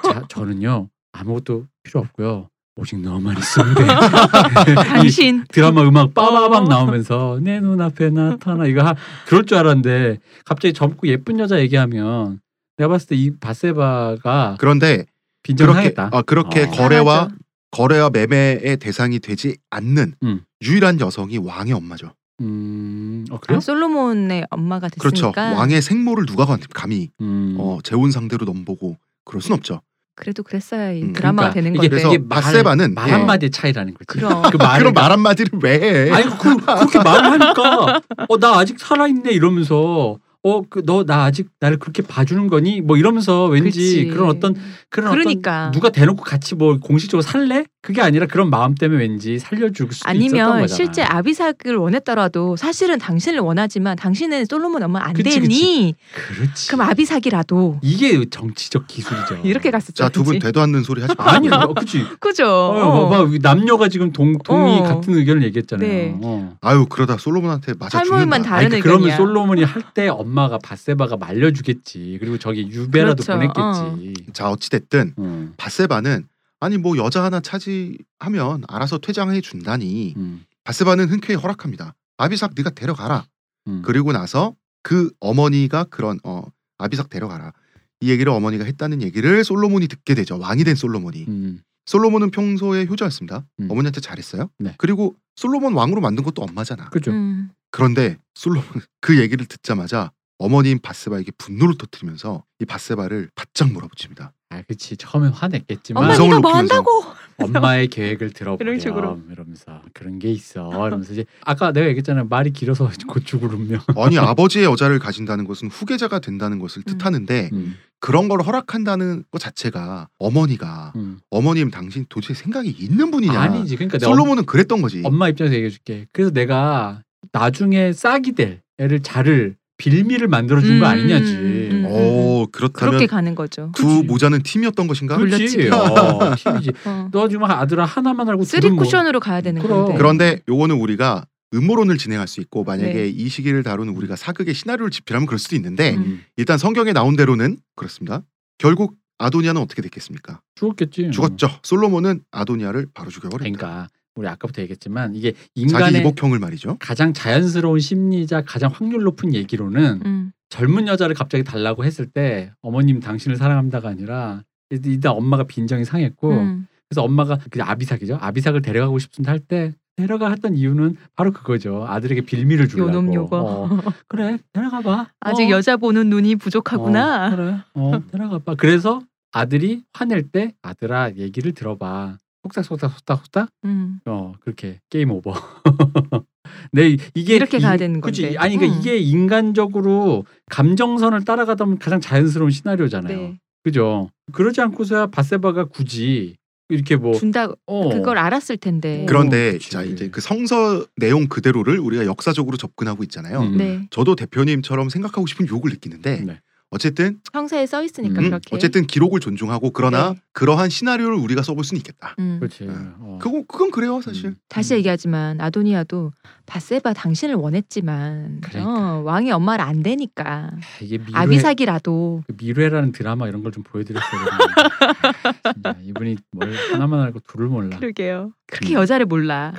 자, 저는요 아무것도 필요 없고요. 오직 너만 있으면 돼. 이 당신. 드라마 음악 빠바밤 어. 나오면서 내 눈앞에 나타나 이거 하, 그럴 줄 알았는데 갑자기 젊고 예쁜 여자 얘기하면 내가 봤을 때 이 바세바가 그런데 그렇게 빈정하겠다. 아, 그렇게 어. 거래와 당하죠. 거래와 매매의 대상이 되지 않는 음. 유일한 여성이 왕의 엄마죠. 음, 어, 그래요? 아, 솔로몬의 엄마가 됐으니까. 그렇죠. 왕의 생모를 누가 감- 감히 음. 어, 재혼 상대로 넘보고 그럴 순 없죠. 그래도 그랬어야 이 음, 드라마가 그러니까 되는 이게- 건데. 그래서 이게 말- 마세바는 말 예. 한마디의 차이라는 거지. 그럼. 그 말을 그런 말 예. 한마디를 왜 해? 아니 그, 그렇게 말을 하니까 어 나 아직 살아있네 이러면서 어, 그, 너, 나 아직 나를 그렇게 봐주는 거니? 뭐 이러면서 왠지 그치. 그런 어떤, 그런 그러니까. 어떤, 누가 대놓고 같이 뭐 공식적으로 살래? 그게 아니라 그런 마음 때문에 왠지 살려줄 수도 있었던 아니면 거잖아. 실제 아비삭을 원했더라도 사실은 당신을 원하지만 당신은 솔로몬 엄마 안 그치, 되니 그렇지. 그럼 아비삭이라도 이게 정치적 기술이죠. 이렇게 갔었죠. 자 두 분 되도 않는 소리 하지 마. 아니, 뭐, 그치. 그죠. 어, 어. 봐봐. 남녀가 지금 동, 동의 어. 같은 의견을 얘기했잖아요. 네. 어. 아유 그러다 솔로몬한테 맞아 할머니만 죽는다. 다른 아니, 의견이야. 그러면 솔로몬이 할 때 엄마가 바세바가 말려주겠지. 그리고 저기 유배라도 그렇죠. 보냈겠지. 자 어찌 됐든 음. 바세바는 아니 뭐 여자 하나 차지하면 알아서 퇴장해 준다니 음. 바세바는 흔쾌히 허락합니다. 아비삭 네가 데려가라. 음. 그리고 나서 그 어머니가 그런 어 아비삭 데려가라 이 얘기를 어머니가 했다는 얘기를 솔로몬이 듣게 되죠. 왕이 된 솔로몬이. 음. 솔로몬은 평소에 효자였습니다. 음. 어머니한테 잘했어요. 네. 그리고 솔로몬 왕으로 만든 것도 엄마잖아. 그죠. 음. 그런데 솔로몬 그 얘기를 듣자마자 어머니인 바세바에게 분노를 터뜨리면서 이 바세바를 바짝 몰아붙입니다. 아, 그치. 처음에 화냈겠지만 엄마 음성을 네가 뭐 높이면서. 한다고? 엄마의 계획을 들어보렴 이런 식으로. 이러면서 아, 그런 게 있어. 이러면서 이제 아까 내가 얘기했잖아. 말이 길어서 곧 죽으면. 아니 아버지의 여자를 가진다는 것은 후계자가 된다는 것을 음. 뜻하는데 음. 그런 걸 허락한다는 것 자체가 어머니가 음. 어머님 당신 도대체 생각이 있는 분이냐? 아니지. 그러니까 내가 솔로몬은 그랬던 거지. 엄마 음, 입장에서 얘기해 줄게. 그래서 내가 나중에 싹이 될 애를 자를 빌미를 만들어 준 거 음, 아니냐지. 음, 음. 어 그렇다면 그렇게 가는 거죠. 두 그치. 모자는 팀이었던 것인가? 그- 그렇지. 물렸지. 어, 팀이지. 어. 너 지금 아들아 하나만 알고 쓰리 둘은 뭐- 쿠션으로 가야 되는 그럼. 건데. 그런데 요거는 우리가 음모론을 진행할 수 있고 만약에 네. 이 시기를 다루는 우리가 사극의 시나리오를 집필하면 그럴 수도 있는데 음. 일단 성경에 나온 대로는 그렇습니다. 결국 아도니아는 어떻게 됐겠습니까? 죽었겠지. 죽었죠. 솔로몬은 아도니아를 바로 죽여버립니다. 그러니까 우리 아까부터 얘기했지만 이게 자기 그러니까 인간의 이복형을 말이죠. 가장 자연스러운 심리자 가장 확률 높은 얘기로는 음. 젊은 여자를 갑자기 달라고 했을 때 어머님 당신을 사랑합니다가 아니라 일단 엄마가 빈정이 상했고 음. 그래서 엄마가 그 아비삭이죠 아비삭을 데려가고 싶은데 할 때 데려가 했던 이유는 바로 그거죠 아들에게 빌미를 주려고 요놈 요거. 어, 그래 데려가 봐 아직 어, 여자 보는 눈이 어, 부족하구나. 그래 어 데려가 봐 그래서 아들이 화낼 때 아들아 얘기를 들어봐 속닥속닥 속닥속닥 음. 어 그렇게 게임 오버. 네 이- 이게 이렇게 가야 되는 그치? 건데. 아니 그러니까 음. 이게 인간적으로 감정선을 따라가다 보면 가장 자연스러운 시나리오잖아요. 네. 그죠? 그러지 않고서야 바세바가 굳이 이렇게 뭐 준다 어, 그걸 아- 알았을 텐데. 그럼- 그런데 음, 그치. 자 이제 그 성서 내용 그대로를 우리가 역사적으로 접근하고 있잖아요. 음. 네. 저도 대표님처럼 생각하고 싶은 욕을 느끼는데 네. 어쨌든 형사에 써 있으니까 음, 그렇게. 어쨌든 기록을 존중하고 그러나 네. 그러한 시나리오를 우리가 써볼 수는 있겠다. 음. 그렇지. 음. 어. 그거 그건 그래요 사실. 음. 다시 얘기하지만 아도니아도 바세바 당신을 원했지만 그러니까. 어, 왕의 엄마를 안 되니까 아, 이게 미래 아비삭이라도 그 미래라는 드라마 이런 걸 좀 보여드렸어야 되는데. 진짜 이분이 뭘 하나만 알고 둘을 몰라. 그러게요. 그렇게 음. 여자를 몰라.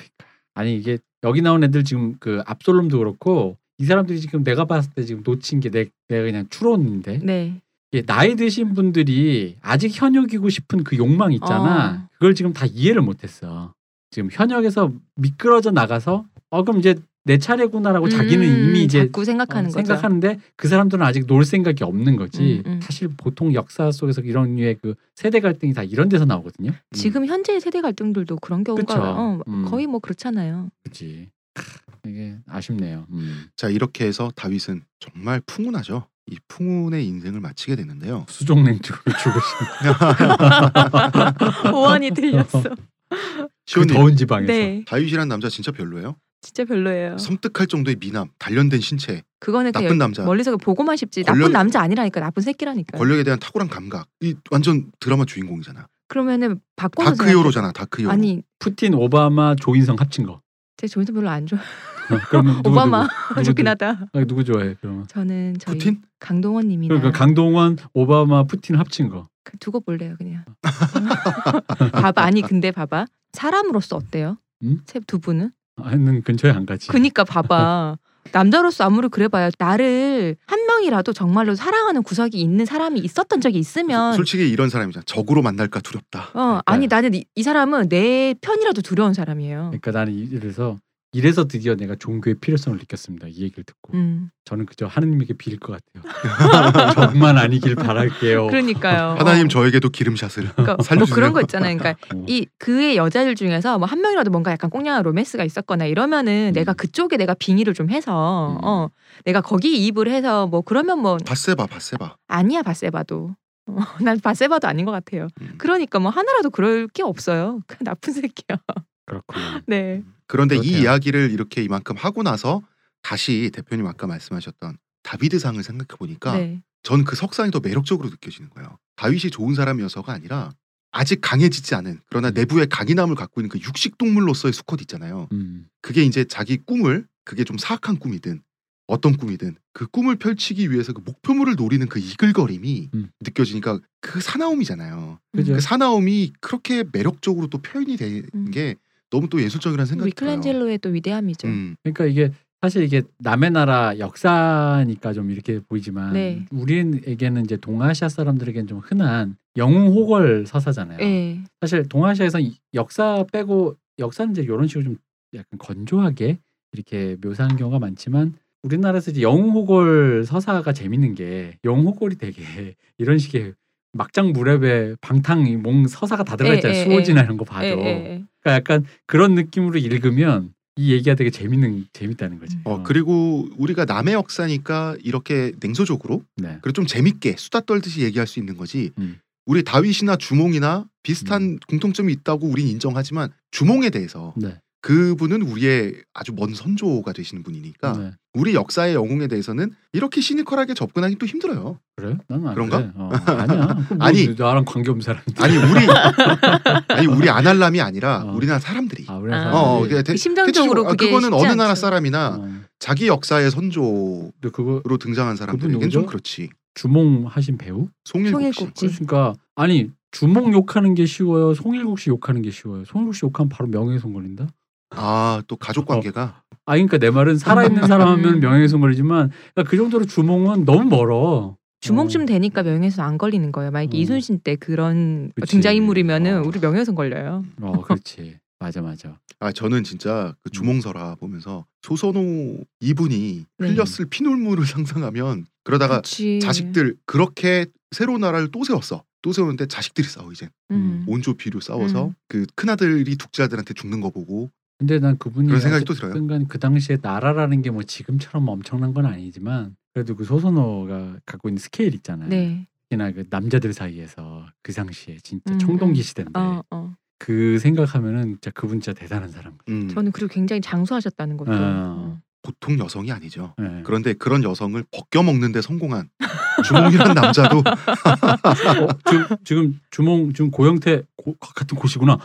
아니 이게 여기 나온 애들 지금 그 압솔롬도 그렇고 이 사람들이 지금 내가 봤을 때 지금 놓친 게 내, 내가 그냥 추론인데 네. 예, 나이 드신 분들이 아직 현역이고 싶은 그 욕망 어. 있잖아. 그걸 지금 다 이해를 못했어. 지금 현역에서 미끄러져 나가서 어 그럼 이제 내 차례구나라고 어, 자기는 음, 이미 이제 자꾸 어, 생각하는 거죠. 생각하는데 그 사람들은 아직 놀 생각이 없는 거지. 음, 음. 사실 보통 역사 속에서 이런 류의 그 세대 갈등이 다 이런 데서 나오거든요. 지금 현재의 세대 갈등들도 그런 경우가 음. 그쵸. 어, 음. 거의 뭐 그렇잖아요. 그렇지. 이게 아쉽네요. 음. 자 이렇게 해서 다윗은 정말 풍운하죠. 이 풍운의 인생을 마치게 되는데요. 그 수종 냉증으로 죽으신 오한이 들렸어. 그 시온님 더운 지방에서. 네. 다윗이란 남자 진짜 별로예요. 진짜 별로예요. 섬뜩할 정도의 미남, 단련된 신체, 그거는 그냥 나쁜 남자, 네, 멀리서 보고만 싶지 권력이- 나쁜 남자 아니라니까 나쁜 새끼라니까. 권력에 대한 탁월한 감각. 이 완전 드라마 주인공이잖아. 그러면은 바꿔서 다크히어로잖아. 다크히어로. 아니 푸틴, 오바마, 조인성 합친 거. 어, 제 조인성 별로 안 좋아. 그러면 누구, 오바마 누구, 좋긴 누구, 하다. 아, 누구 좋아해? 그러면 저는 저희 푸틴? 강동원님이나 그러니까 강동원, 오바마, 푸틴 합친 거. 그 두고 볼래요 그냥. 봐봐 아니 근데 봐봐 사람으로서 어때요? 음? 세 두 분은? 아는 근처에 안 가지. 그니까 봐봐. 남자로서 아무리 그래봐야 나를 한 명이라도 정말로 사랑하는 구석이 있는 사람이 있었던 적이 있으면 솔직히 이런 사람이잖아. 적으로 만날까 두렵다. 그러니까 어 아니 나는 이, 이 사람은 내 편이라도 두려운 사람이에요. 네. 그러니까 나는 이- 이래서 이래서 드디어 내가 종교의 필요성을 느꼈습니다. 이 얘기를 듣고 음. 저는 그저 하느님에게 빌릴 것 같아요. 정만 아니길 바랄게요. 그러니까요. 하나님 어. 저에게도 기름샷을 그러니까 뭐 살려주세요. 그런 거 있잖아요. 그러니까 어. 이 그의 여자들 중에서 뭐 한 명이라도 뭔가 약간 꽁냥한 로맨스가 있었거나 이러면은 음. 내가 그쪽에 내가 빙의를 좀 해서 음. 어 내가 거기 이입을 해서 뭐 그러면 뭐 바세바 바세바. 아니야 바세바도 어, 난 바세바도 아닌 것 같아요. 음. 그러니까 뭐 하나라도 그럴 게 없어요. 그 나쁜 새끼야. 그렇군요. 네. 그런데 이 그렇대요. 이야기를 이렇게 이만큼 하고 나서 다시 대표님 아까 말씀하셨던 다비드상을 생각해 보니까 네. 전 그 석상이 더 매력적으로 느껴지는 거예요. 다윗이 좋은 사람이어서가 아니라 아직 강해지지 않은 그러나 내부의 강인함을 갖고 있는 그 육식 동물로서의 수컷 있잖아요. 음. 그게 이제 자기 꿈을 그게 좀 사악한 꿈이든 어떤 꿈이든 그 꿈을 펼치기 위해서 그 목표물을 노리는 그 이글거림이 음. 느껴지니까 그 사나움이잖아요. 그죠. 그 사나움이 그렇게 매력적으로 또 표현이 된 예. 음. 게 너무 또 예술적이라는 생각이 들어요. 미클란젤로의 또 위대함이죠. 음, 그러니까 이게 사실 이게 남의 나라 역사니까 좀 이렇게 보이지만 네. 우리에게는 이제 동아시아 사람들에게는 좀 흔한 영웅 호걸 서사잖아요. 예. 사실 동아시아에서 이- 역사 빼고 역사는 이제 이런 식으로 좀 약간 건조하게 이렇게 묘사한 경우가 많지만 우리나라에서 이제 영호골 서사가 재밌는 게 영호골이 되게 이런 식의 막장 무렵에 방탕 이몽 서사가 다 들어가 있잖아요 예, 예, 수호지나 이런 거 봐도 예, 예, 예. 그러니까 약간 그런 느낌으로 읽으면 이 얘기가 되게 재밌는 재밌다는 거지. 어, 그리고 우리가 남의 역사니까 이렇게 냉소적으로 네. 그리고 좀 재밌게 수다 떨듯이 얘기할 수 있는 거지. 음. 우리 다윗이나 주몽이나 비슷한 음. 공통점이 있다고 우린 인정하지만 주몽에 대해서 네. 그분은 우리의 아주 먼 선조가 되시는 분이니까 네. 우리 역사의 영웅에 대해서는 이렇게 시니컬하게 접근하기 또 힘들어요. 그래? 난안 그런가? 그래. 어, 아니야. 그럼 뭐 아니. 나랑 관계 없는 사람인데. 아니 우리 아니 우리 아날람이 아니라 어. 우리나라 사람들이. 아, 우리 아. 사람들이- 어, 그냥 대- 심정적으로 대체적으로- 아, 그게 그거는 쉽지 어느 나라 않죠. 음. 사람이나 어. 자기 역사의 선조로 근데 그거 등장한 사람들에겐 누구죠? 좀 그렇지. 주몽 하신 배우? 송일국 씨. 송일국 씨. 그러니까 아니 주몽 욕하는 게 쉬워요. 송일국 씨 욕하는 게 쉬워요. 송일국 씨 욕하면 바로 명예훼손 걸린다. 아 또 가족 관계가 아 그러니까 내 말은 살아있는 사람 하면 음. 명예훼손 걸리지만 그러니까 그 정도로 주몽은 너무 멀어. 주몽쯤 어. 되니까 명예훼손 안 걸리는 거예요. 만약에 음. 이순신 때 그런 그치. 등장인물이면은 어. 우리 명예훼손 걸려요. 어 그렇지. 맞아 맞아. 아 저는 진짜 음. 그 주몽설화 보면서 조선호 이분이 네. 흘렸을 피눈물을 상상하면 그러다가 그치. 자식들 그렇게 새로운 나라를 또 세웠어. 또 세우는데 자식들이 싸워 이제 음. 온조 비료 싸워서 음. 그큰 아들이 독자들한테 죽는 거 보고 근데 난 그분이 그런 생각이 또 들어요. 어쨌든간 그 당시에 나라라는 게 뭐 지금처럼 엄청난 건 아니지만 그래도 그 소선호가 갖고 있는 스케일 있잖아요. 네. 특히나 그 남자들 사이에서 그 당시에 진짜 음, 청동기 음. 시대인데 어, 어. 그 생각하면은 진짜 그분 진짜 대단한 사람. 음, 아. 저는 그리고 굉장히 장수하셨다는 것도. 음. 어. 보통 여성이 아니죠. 예. 그런데 그런 여성을 벗겨 먹는데 성공한 주몽이란 남자도 어, 지금, 지금 주몽 지금 고영태 고- 같은 고시구나.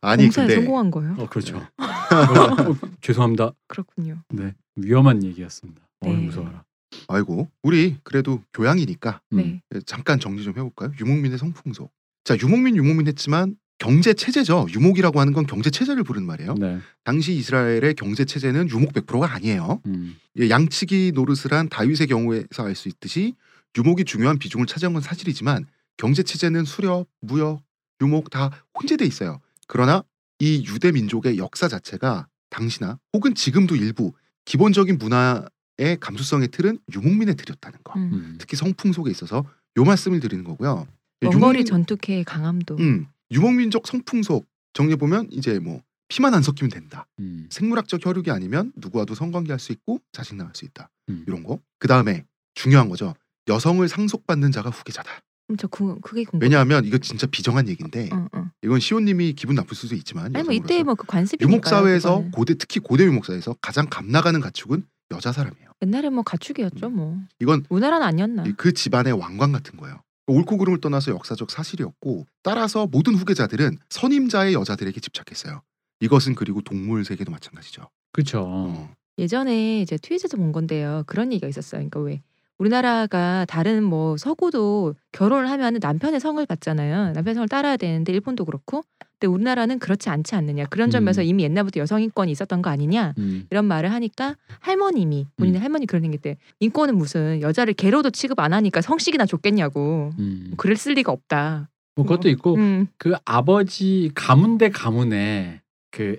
아니 공사에 근데 성공한 거예요? 어 그렇죠. 어, 어, 죄송합니다. 그렇군요. 네 위험한 얘기였습니다. 어이 네. 무서워라. 아이고 우리 그래도 교양이니까 음, 네. 잠깐 정리 좀 해볼까요? 유목민의 성풍속. 자 유목민 유목민 했지만 경제 체제죠. 유목이라고 하는 건 경제 체제를 부르는 말이에요. 네. 당시 이스라엘의 경제 체제는 유목 100%가 아니에요. 음, 예, 양치기 노릇을 한 다윗의 경우에서 알 수 있듯이 유목이 중요한 비중을 차지한 건 사실이지만 경제 체제는 수렵, 무역, 유목 다 혼재돼 있어요. 그러나 이 유대 민족의 역사 자체가 당시나 혹은 지금도 일부 기본적인 문화의 감수성의 틀은 유목민에 들였다는 거. 음. 음. 특히 성풍 속에 있어서 요 말씀을 드리는 거고요. 예, 원거리 유목민- 전투캐의 강함도. 음, 유목민족 성풍 속 정리해 보면 이제 뭐 피만 안 섞이면 된다. 음, 생물학적 혈육이 아니면 누구와도 성관계할 수 있고 자식 낳을 수 있다. 음. 이런 거. 그 다음에 중요한 거죠. 여성을 상속받는 자가 후계자다. 음, 저 그, 그게 궁금. 왜냐하면 이거 진짜 비정한 얘기인데 어, 어. 이건 시온님이 기분 나쁠 수도 있지만 아니 뭐 여성으로서 이때 뭐 그 관습이니까. 유목 사회에서 고대 특히 고대 유목 사회에서 가장 감나가는 가축은 여자 사람이에요. 옛날에 뭐 가축이었죠 뭐. 이건 우나라는 아니었나. 이- 그 집안의 왕관 같은 거예요. 옳고 그름을 떠나서 역사적 사실이었고 따라서 모든 후계자들은 선임자의 여자들에게 집착했어요. 이것은 그리고 동물 세계도 마찬가지죠. 그렇죠. 어. 예전에 이제 트위터에서 본 건데요. 그런 얘기가 있었어요. 그러니까 왜 우리나라가 다른 뭐 서구도 결혼을 하면 남편의 성을 받잖아요. 남편의 성을 따라야 되는데 일본도 그렇고. 근데 우리나라는 그렇지 않지 않느냐. 그런 점에서 음. 이미 옛날부터 여성 인권이 있었던 거 아니냐. 음, 이런 말을 하니까 할머님이 본인 의 음. 할머니 그런 얘기 때 인권은 무슨 여자를 개로도 취급 안 하니까 성식이나 좋겠냐고. 음. 그럴 쓸 리가 없다. 음, 뭐 그것도 있고 음. 그 아버지 가문 대 가문에 그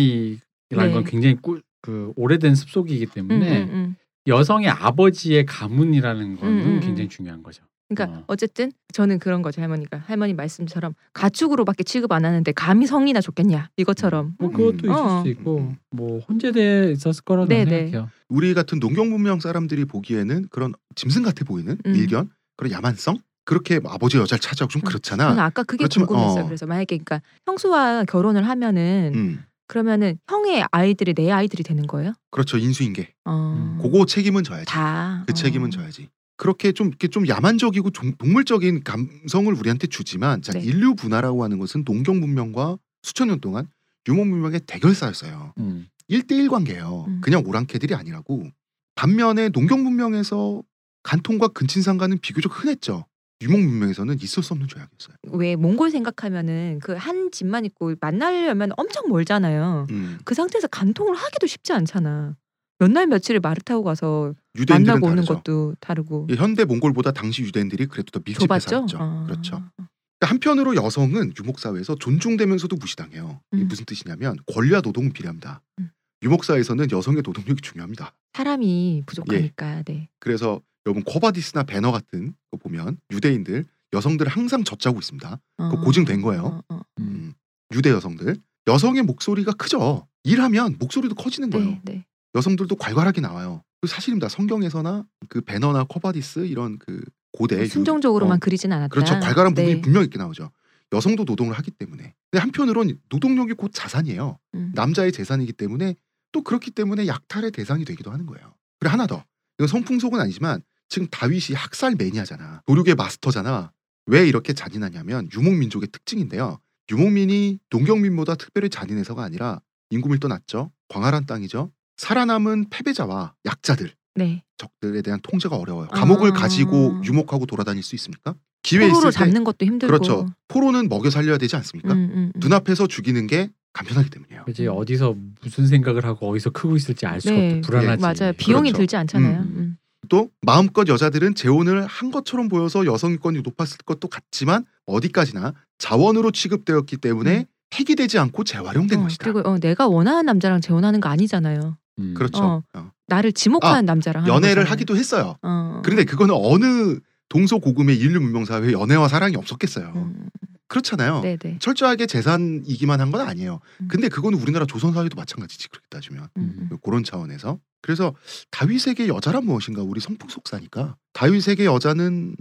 M&A라는 네. 건 굉장히 꾸, 그 오래된 습속이기 음, 네. 때문에 음, 음. 여성의 아버지의 가문이라는 거는 음, 음, 음. 굉장히 중요한 거죠. 그러니까 아. 어. 어. 쨌든 저는 그런 거죠 할머니가 할머니 말씀처럼 가축으로밖에 취급 안 하는데 감히 성이나 좋겠냐 이것처럼 뭐 음. 그것도 있을 어. 수 있고 음. 뭐 혼재돼 있었을 거라고 네, 네. 생각해요. 우리 같은 농경 문명 사람들이 보기에는 그런 짐승 같아 보이는 음. 일견 그런 야만성 그렇게 뭐 아버지 여자를 차지하고 좀 음. 저는 그렇잖아. 아까 그게 그렇지만, 궁금했어요 어. 그래서 만약에 그러니까 형수와 결혼을 하면은 음. 그러면은 형의 아이들이 내 아이들이 되는 거예요? 그렇죠 인수인계. 어. 음, 그거 책임은 져야지. 다. 그 어. 책임은 져야지. 그렇게 좀 이렇게 좀 야만적이고 종- 동물적인 감성을 우리한테 주지만 자, 네. 인류 분화라고 하는 것은 농경 문명과 수천 년 동안 유목 문명의 대결사였어요. 음. 일대일 관계예요. 음. 그냥 오랑캐들이 아니라고. 반면에 농경 문명에서 간통과 근친상간은 비교적 흔했죠. 유목 문명에서는 있을 수 없는 조약이었어요. 왜 몽골 생각하면은 그 한 집만 있고 만나려면 엄청 멀잖아요. 음. 그 상태에서 간통을 하기도 쉽지 않잖아. 몇 날 며칠을 말을 타고 가서 유대인들은 만나고 오는 다르죠. 것도 다르고 예, 현대 몽골보다 당시 유대인들이 그래도 더 밀집해서 좁았죠. 살았죠. 아. 그렇죠. 그러니까 한편으로 여성은 유목사회에서 존중되면서도 무시당해요. 이게 음. 무슨 뜻이냐면 권리와 노동은 비례합니다. 음. 유목사회에서는 여성의 노동력이 중요합니다. 사람이 부족하니까 예. 네. 그래서 여러분 코바디스나 배너 같은 거 보면 유대인들 여성들을 항상 젖자고 있습니다. 그거 어, 고증된 거예요. 어, 어. 음. 음, 유대 여성들 여성의 목소리가 크죠. 일하면 목소리도 커지는 거예요. 네, 네. 여성들도 괄괄하게 나와요. 그 사실입니다. 성경에서나 그 배너나 코바디스 이런 그 고대 순종적으로만 어, 그리진 않았다. 그렇죠. 괄괄한 부분이 네. 분명히 있게 나오죠. 여성도 노동을 하기 때문에. 근데 한편으론 노동력이 곧 자산이에요. 음. 남자의 재산이기 때문에 또 그렇기 때문에 약탈의 대상이 되기도 하는 거예요. 그리고 하나 더. 이건 성풍속은 아니지만 지금 다윗이 학살 매니아잖아. 도륙의 마스터잖아. 왜 이렇게 잔인하냐면 유목민족의 특징인데요. 유목민이 농경민보다 특별히 잔인해서가 아니라 인구 밀도 낮죠. 광활한 땅이죠. 살아남은 패배자와 약자들, 네. 적들에 대한 통제가 어려워요. 감옥을 아. 가지고 유목하고 돌아다닐 수 있습니까? 기회 있을 포로로 때 잡는 것도 힘들고. 그렇죠. 그러니까 포로는 먹여 살려야 되지 않습니까? 음, 음, 음. 눈앞에서 죽이는 게 간편하기 때문이에요. 이제 어디서 무슨 생각을 하고 어디서 크고 있을지 알 수가 네. 없고 불안하지. 맞아요. 비용이 그렇죠. 들지 않잖아요. 음, 음. 음. 또 마음껏 여자들은 재혼을 한 것처럼 보여서 여성권이 높았을 것도 같지만 어디까지나 자원으로 취급되었기 때문에 음. 폐기되지 않고 재활용된 어, 것이다. 그리고 어, 내가 원하는 남자랑 재혼하는 거 아니잖아요. 음. 그렇죠. 어, 어. 나를 지목하는 남자랑 하는 연애를 거잖아요. 하기도 했어요. 어, 어. 그런데 그거는 어느 동서고금의 인류 문명 사회에 연애와 사랑이 없었겠어요. 음, 그렇잖아요. 네네. 철저하게 재산이기만 한 건 아니에요. 음. 근데 그거는 우리나라 조선 사회도 마찬가지지 그렇게 따지면. 음, 음. 그런 차원에서 그래서 다윗에게 여자란 무엇인가 우리 성풍속사니까 다윗에게 여자는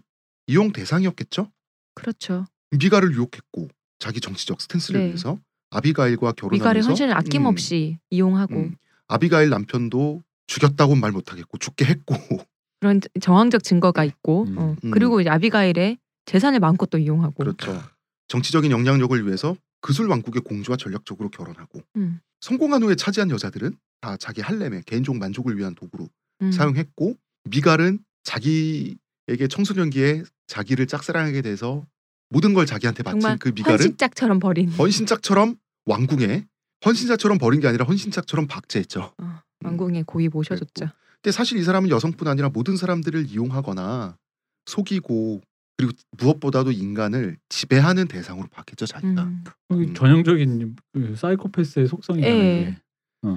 이용 대상이었겠죠 그렇죠. 미가를 유혹했고 자기 정치적 스탠스를 네. 위해서 아비가일과 미가리 결혼하면서 헌신을 아낌없이 이용하고 음, 음. 아비가일 남편도 죽였다고는 말 못하겠고 죽게 했고 그런 정황적 증거가 있고 음. 어. 음. 그리고 이제 아비가일의 재산을 마음껏 또 이용하고 그렇죠 정치적인 영향력을 위해서 그술 왕국의 공주와 전략적으로 결혼하고 음. 성공한 후에 차지한 여자들은 다 자기 할렘의 개인적 만족을 위한 도구로 음. 사용했고 미갈은 자기에게 청소년기에 자기를 짝사랑하게 돼서 모든 걸 자기한테 바친 정말 그 미갈은 헌신짝처럼 버린 헌신짝처럼 왕궁에 헌신짝처럼 버린 게 아니라 헌신짝처럼 박제했죠. 어, 왕궁에 고이 모셔줬죠. 근데 사실 이 사람은 여성뿐 아니라 모든 사람들을 이용하거나 속이고 그리고 무엇보다도 인간을 지배하는 대상으로 봤겠죠 자기가. 음. 어, 음. 전형적인 그 사이코패스의 속성이라는 예. 게.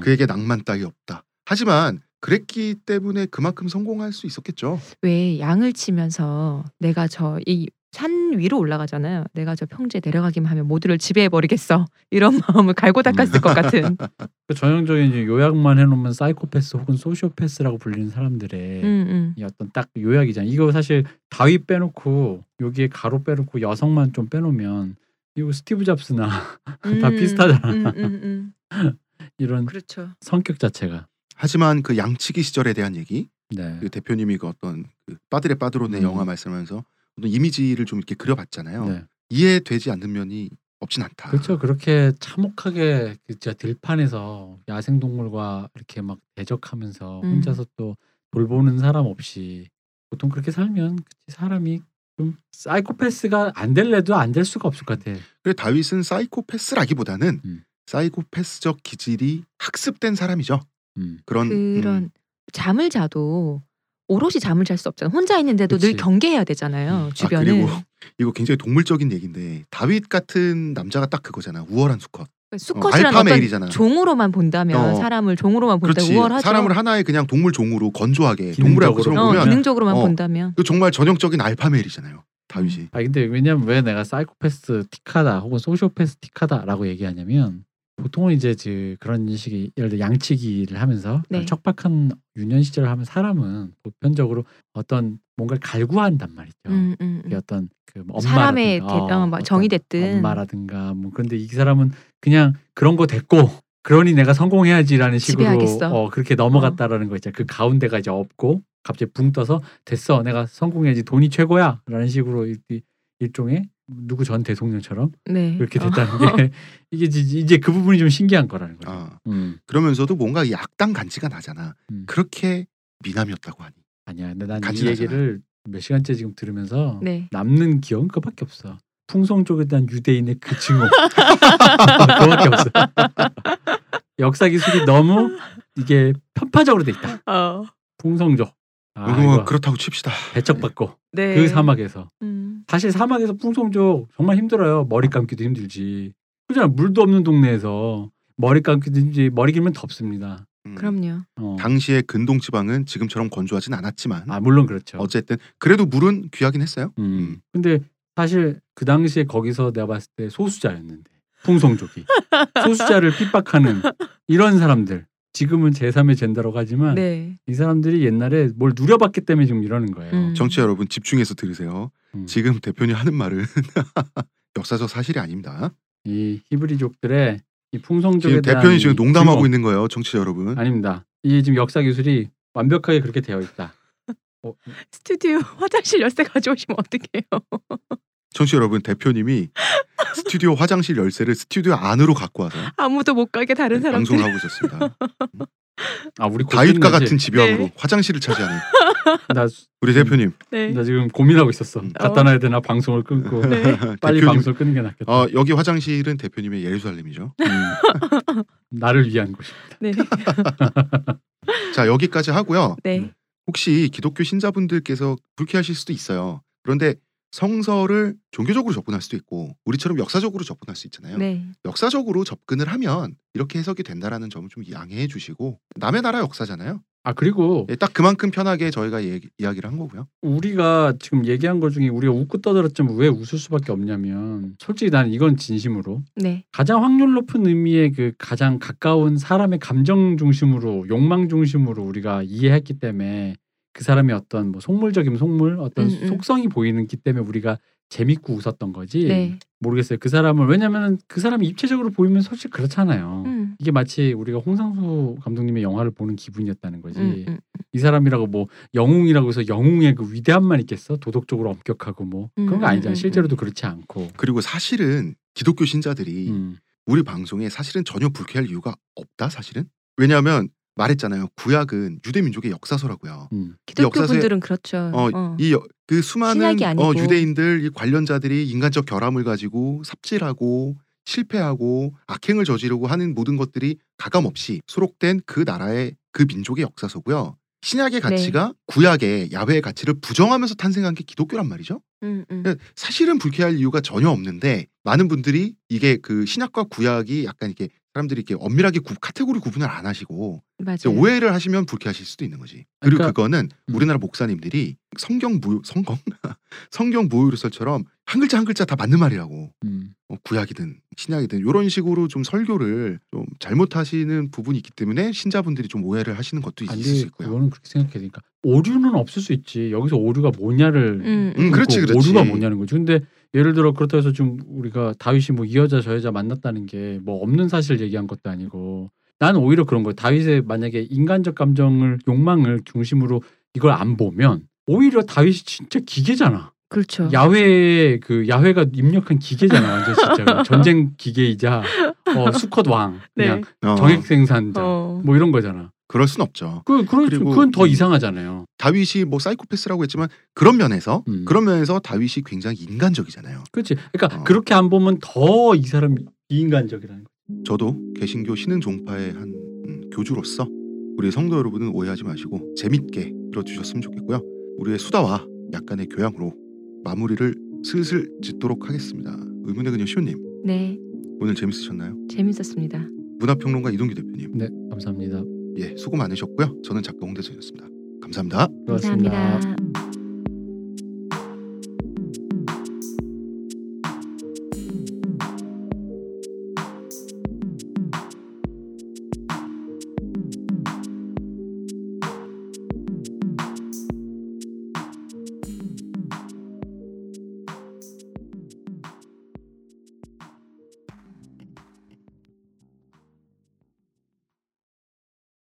그에게 낭만 따위 없다. 하지만 그랬기 때문에 그만큼 성공할 수 있었겠죠. 왜 양을 치면서 내가 저 이 산 위로 올라가잖아요. 내가 저 평지에 내려가기만 하면 모두를 지배해 버리겠어. 이런 마음을 갈고 닦았을 것 같은. 그 전형적인 이제 요약만 해놓으면 사이코패스 혹은 소시오패스라고 불리는 네. 사람들의 음, 음. 이 어떤 딱 요약이잖아요. 이거 사실 다위 빼놓고 여기에 가로 빼놓고 여성만 좀 빼놓으면 이거 스티브 잡스나 다 음, 비슷하잖아. 음, 음, 음. 이런 그렇죠. 성격 자체가. 하지만 그 양치기 시절에 대한 얘기 네. 그 대표님이 그 어떤 그 빠드레 빠드로네 음. 영화 말씀하면서 어떤 이미지를 좀 이렇게 그려봤잖아요. 네. 이해되지 않는 면이 없진 않다. 그렇죠. 그렇게 참혹하게 그 진짜 들판에서 야생 동물과 이렇게 막 대적하면서 음. 혼자서 또 돌보는 사람 없이 보통 그렇게 살면 그치, 사람이 좀 사이코패스가 안 될래도 안 될 수가 없을 것 음. 같아. 그래 다윗은 사이코패스라기보다는 음. 사이코패스적 기질이 학습된 사람이죠. 음. 그런 음, 그런 잠을 자도 오롯이 잠을 잘 수 없잖아요. 혼자 있는데도 늘 그치. 경계해야 되잖아요. 음. 아, 주변을. 그러니까 그리고 이거 굉장히 동물적인 얘기인데 다윗 같은 남자가 딱 그거잖아. 우월한 수컷. 수컷이라는 알파 어떤 메일이잖아. 종으로만 본다면 어. 사람을 종으로만 본다 그렇지. 뭐 우월하죠. 사람을 하나의 그냥 동물 종으로 건조하게 동물의 기능적으로. 것처럼 어, 보면 기능적으로만 어. 본다면 그 정말 전형적인 알파메일이잖아요. 다윗이. 아 근데 왜냐면 왜 내가 사이코패스 틱하다 혹은 소시오패스 틱하다라고 얘기하냐면 보통은 이제 지- 그런 식의 예를 들어 양치기를 하면서 네. 척박한 유년 시절을 하면 사람은 보편적으로 어떤 뭔가를 갈구한단 말이죠. 음, 음, 그게 음. 어떤 그뭐 사람의 엄마라든가, 대- 어, 막 어떤 정이 됐든. 엄마라든가 뭐 그런데 이 사람은 그냥 그런 거 됐고 그러니 내가 성공해야지라는 식으로 지배하겠어. 어, 그렇게 넘어갔다라는 거 있잖아 그 가운데가 이제 없고 갑자기 붕 떠서 됐어 내가 성공해야지 돈이 최고야라는 식으로 일, 종의 누구 전 대통령처럼 네. 그렇게 어. 됐다는 게 이게 지- 이제 그 부분이 좀 신기한 거라는 거죠. 아, 음. 그러면서도 뭔가 이 악당 간지가 나잖아. 음. 그렇게 미남이었다고 하니. 아니야 근데 난 이 간지나잖아. 얘기를 몇 시간째 지금 들으면서 네. 남는 기억은 그밖에 없어. 풍성 쪽에 대한 유대인의 그 증오. 그밖에 없어. 역사 기술이 너무 이게 편파적으로 돼 있다. 어. 풍성족. 아, 음, 이거 그렇다고 칩시다. 배척받고 네. 그 사막에서 음. 사실 사막에서 풍성족 정말 힘들어요. 머리 감기도 힘들지. 그잖아 물도 없는 동네에서 머리 감기도 힘들지. 머리 길면 덥습니다. 음. 그럼요. 어. 당시의 근동 지방은 지금처럼 건조하진 않았지만 아 물론 그렇죠. 어쨌든 그래도 물은 귀하긴 했어요. 음. 근데 사실 그 당시에 거기서 내가 봤을 때 소수자였는데 풍성족이 소수자를 핍박하는 이런 사람들 지금은 제3의 젠더라고 하지만 네. 이 사람들이 옛날에 뭘 누려봤기 때문에 지금 이러는 거예요. 음. 정치 자 여러분 집중해서 들으세요. 음. 지금 대표님 하는 말은 역사적 사실이 아닙니다. 이 히브리족들의 이 풍성족에 지금 대한 대표님 이 지금 농담하고 증오. 있는 거예요, 정치 자 여러분. 아닙니다. 이 지금 역사 기술이 완벽하게 그렇게 되어 있다. 어, 스튜디오 화장실 열쇠 가져오시면 어떡해요? 정치 자 여러분 대표님이 스튜디오 화장실 열쇠를 스튜디오 안으로 갖고 와서 아무도 못 가게 다른 네, 사람들. 방송을 하고 있었습니다. 아 우리 곧 가윗과 끝나지? 같은 집요함으로 네. 화장실을 차지하는 나, 수- 우리 대표님. 네. 나 지금 고민하고 있었어. 음. 갖다 놔야 되나 방송을 끊고 네. 빨리 대표님. 방송 끊는 게 낫겠다. 어, 여기 화장실은 대표님의 예루살렘이죠. 음. 나를 위한 곳입니다. 네. 자 여기까지 하고요. 네. 혹시 기독교 신자분들께서 불쾌하실 수도 있어요. 그런데 성서를 종교적으로 접근할 수도 있고 우리처럼 역사적으로 접근할 수 있잖아요. 네. 역사적으로 접근을 하면 이렇게 해석이 된다라는 점을 좀 양해해 주시고 남의 나라 역사잖아요. 아 그리고 예, 딱 그만큼 편하게 저희가 얘기, 이야기를 한 거고요. 우리가 지금 얘기한 것 중에 우리가 웃고 떠들었지만 왜 웃을 수밖에 없냐면 솔직히 난 이건 진심으로 네. 가장 확률 높은 의미의 그 가장 가까운 사람의 감정 중심으로 욕망 중심으로 우리가 이해했기 때문에 그 사람의 어떤 뭐 속물적인 속물 어떤 음, 음. 속성이 보이는기 때문에 우리가 재밌고 웃었던 거지 예. 네. 모르겠어요 그 사람을 왜냐면 그 사람이 입체적으로 보이면 솔직히 그렇잖아요 음. 이게 마치 우리가 홍상수 감독님의 영화를 보는 기분이었다는 어. 거지 음, 음. 이 사람이라고 뭐 영웅이라고 해서 영웅의 그 위대함만 있겠어? 도덕적으로 엄격하고 뭐 그런 음, 거 아니잖아. 음, 음, 실제로도 그렇지 않고. 그리고 사실은 기독교 신자들이 음. 우리 방송에 사실은 전혀 불쾌할 이유가 없다 사실은. 왜냐하면 말했잖아요. 구약은 유대민족의 역사서라고요. 음. 기독교 역사서에- 분들은 그렇죠. 어, 어. 이 그 수많은 신학이 아니고. 어, 유대인들 이 관련자들이 인간적 결함을 가지고 삽질하고 실패하고 악행을 저지르고 하는 모든 것들이 가감 없이 수록된 그 나라의 그 민족의 역사서고요. 네. 신약의 가치가 구약의 야훼의 가치를 부정하면서 탄생한 게 기독교란 말이죠. 음, 음. 그러니까 사실은 불쾌할 이유가 전혀 없는데 많은 분들이 이게 그 신약과 구약이 약간 이렇게 사람들이 이렇게 엄밀하게 구- 카테고리 구분을 안 하시고 이제 맞아요. 오해를 하시면 불쾌하실 수도 있는 거지. 그리고 네. 그러니까- 그거는 음. 우리나라 목사님들이 성경 무 성경 성경 무유리설처럼 한 글자 한 글자 다 맞는 말이라고 음. 어, 구약이든 신약이든 이런 식으로 좀 설교를 좀 잘못하시는 부분이 있기 때문에 신자분들이 좀 오해를 하시는 것도 아니 있을 수 있고요. 그거는 그렇게 생각해야 되니까 오류는 없을 수 있지. 여기서 오류가 뭐냐를 음, 음, 음. 그렇지, 그리고 그렇지. 오류가 뭐냐는 거죠. 근데 예를 들어 그렇다 해서 지금 우리가 다윗이 뭐 이 여자 저 여자 만났다는 게 뭐 없는 사실 얘기한 것도 아니고 나는 오히려 그런 거예요. 다윗의 만약에 인간적 감정을 욕망을 중심으로 이걸 안 보면 오히려 다윗이 진짜 기계잖아. 그렇죠. 야훼 그 야훼가 입력한 기계잖아 완전 진짜 전쟁 기계이자 어, 수컷 왕 그냥 네. 어, 정액 생산자 어. 뭐 이런 거잖아. 그럴 순 없죠. 그 그런 그리고 그건 더 음. 이상하잖아요. 다윗이 뭐 사이코패스라고 했지만 그런 면에서 음. 그런 면에서 다윗이 굉장히 인간적이잖아요. 그렇지. 그러니까 어. 그렇게 안 보면 더 이 사람이 비인간적이라는 거. 저도 개신교 신흥 종파의 한 음, 교주로서 우리 성도 여러분은 오해하지 마시고 재밌게 들어주셨으면 좋겠고요. 우리의 수다와 약간의 교양으로 마무리를 슬슬 짓도록 하겠습니다. 의문의 그녀 시호님 네. 오늘 재밌으셨나요? 재밌었습니다. 문화평론가 이동규 대표님, 네, 감사합니다. 예 수고 많으셨고요. 저는 작가 홍대선이었습니다. 감사합니다. 고맙습니다. 감사합니다.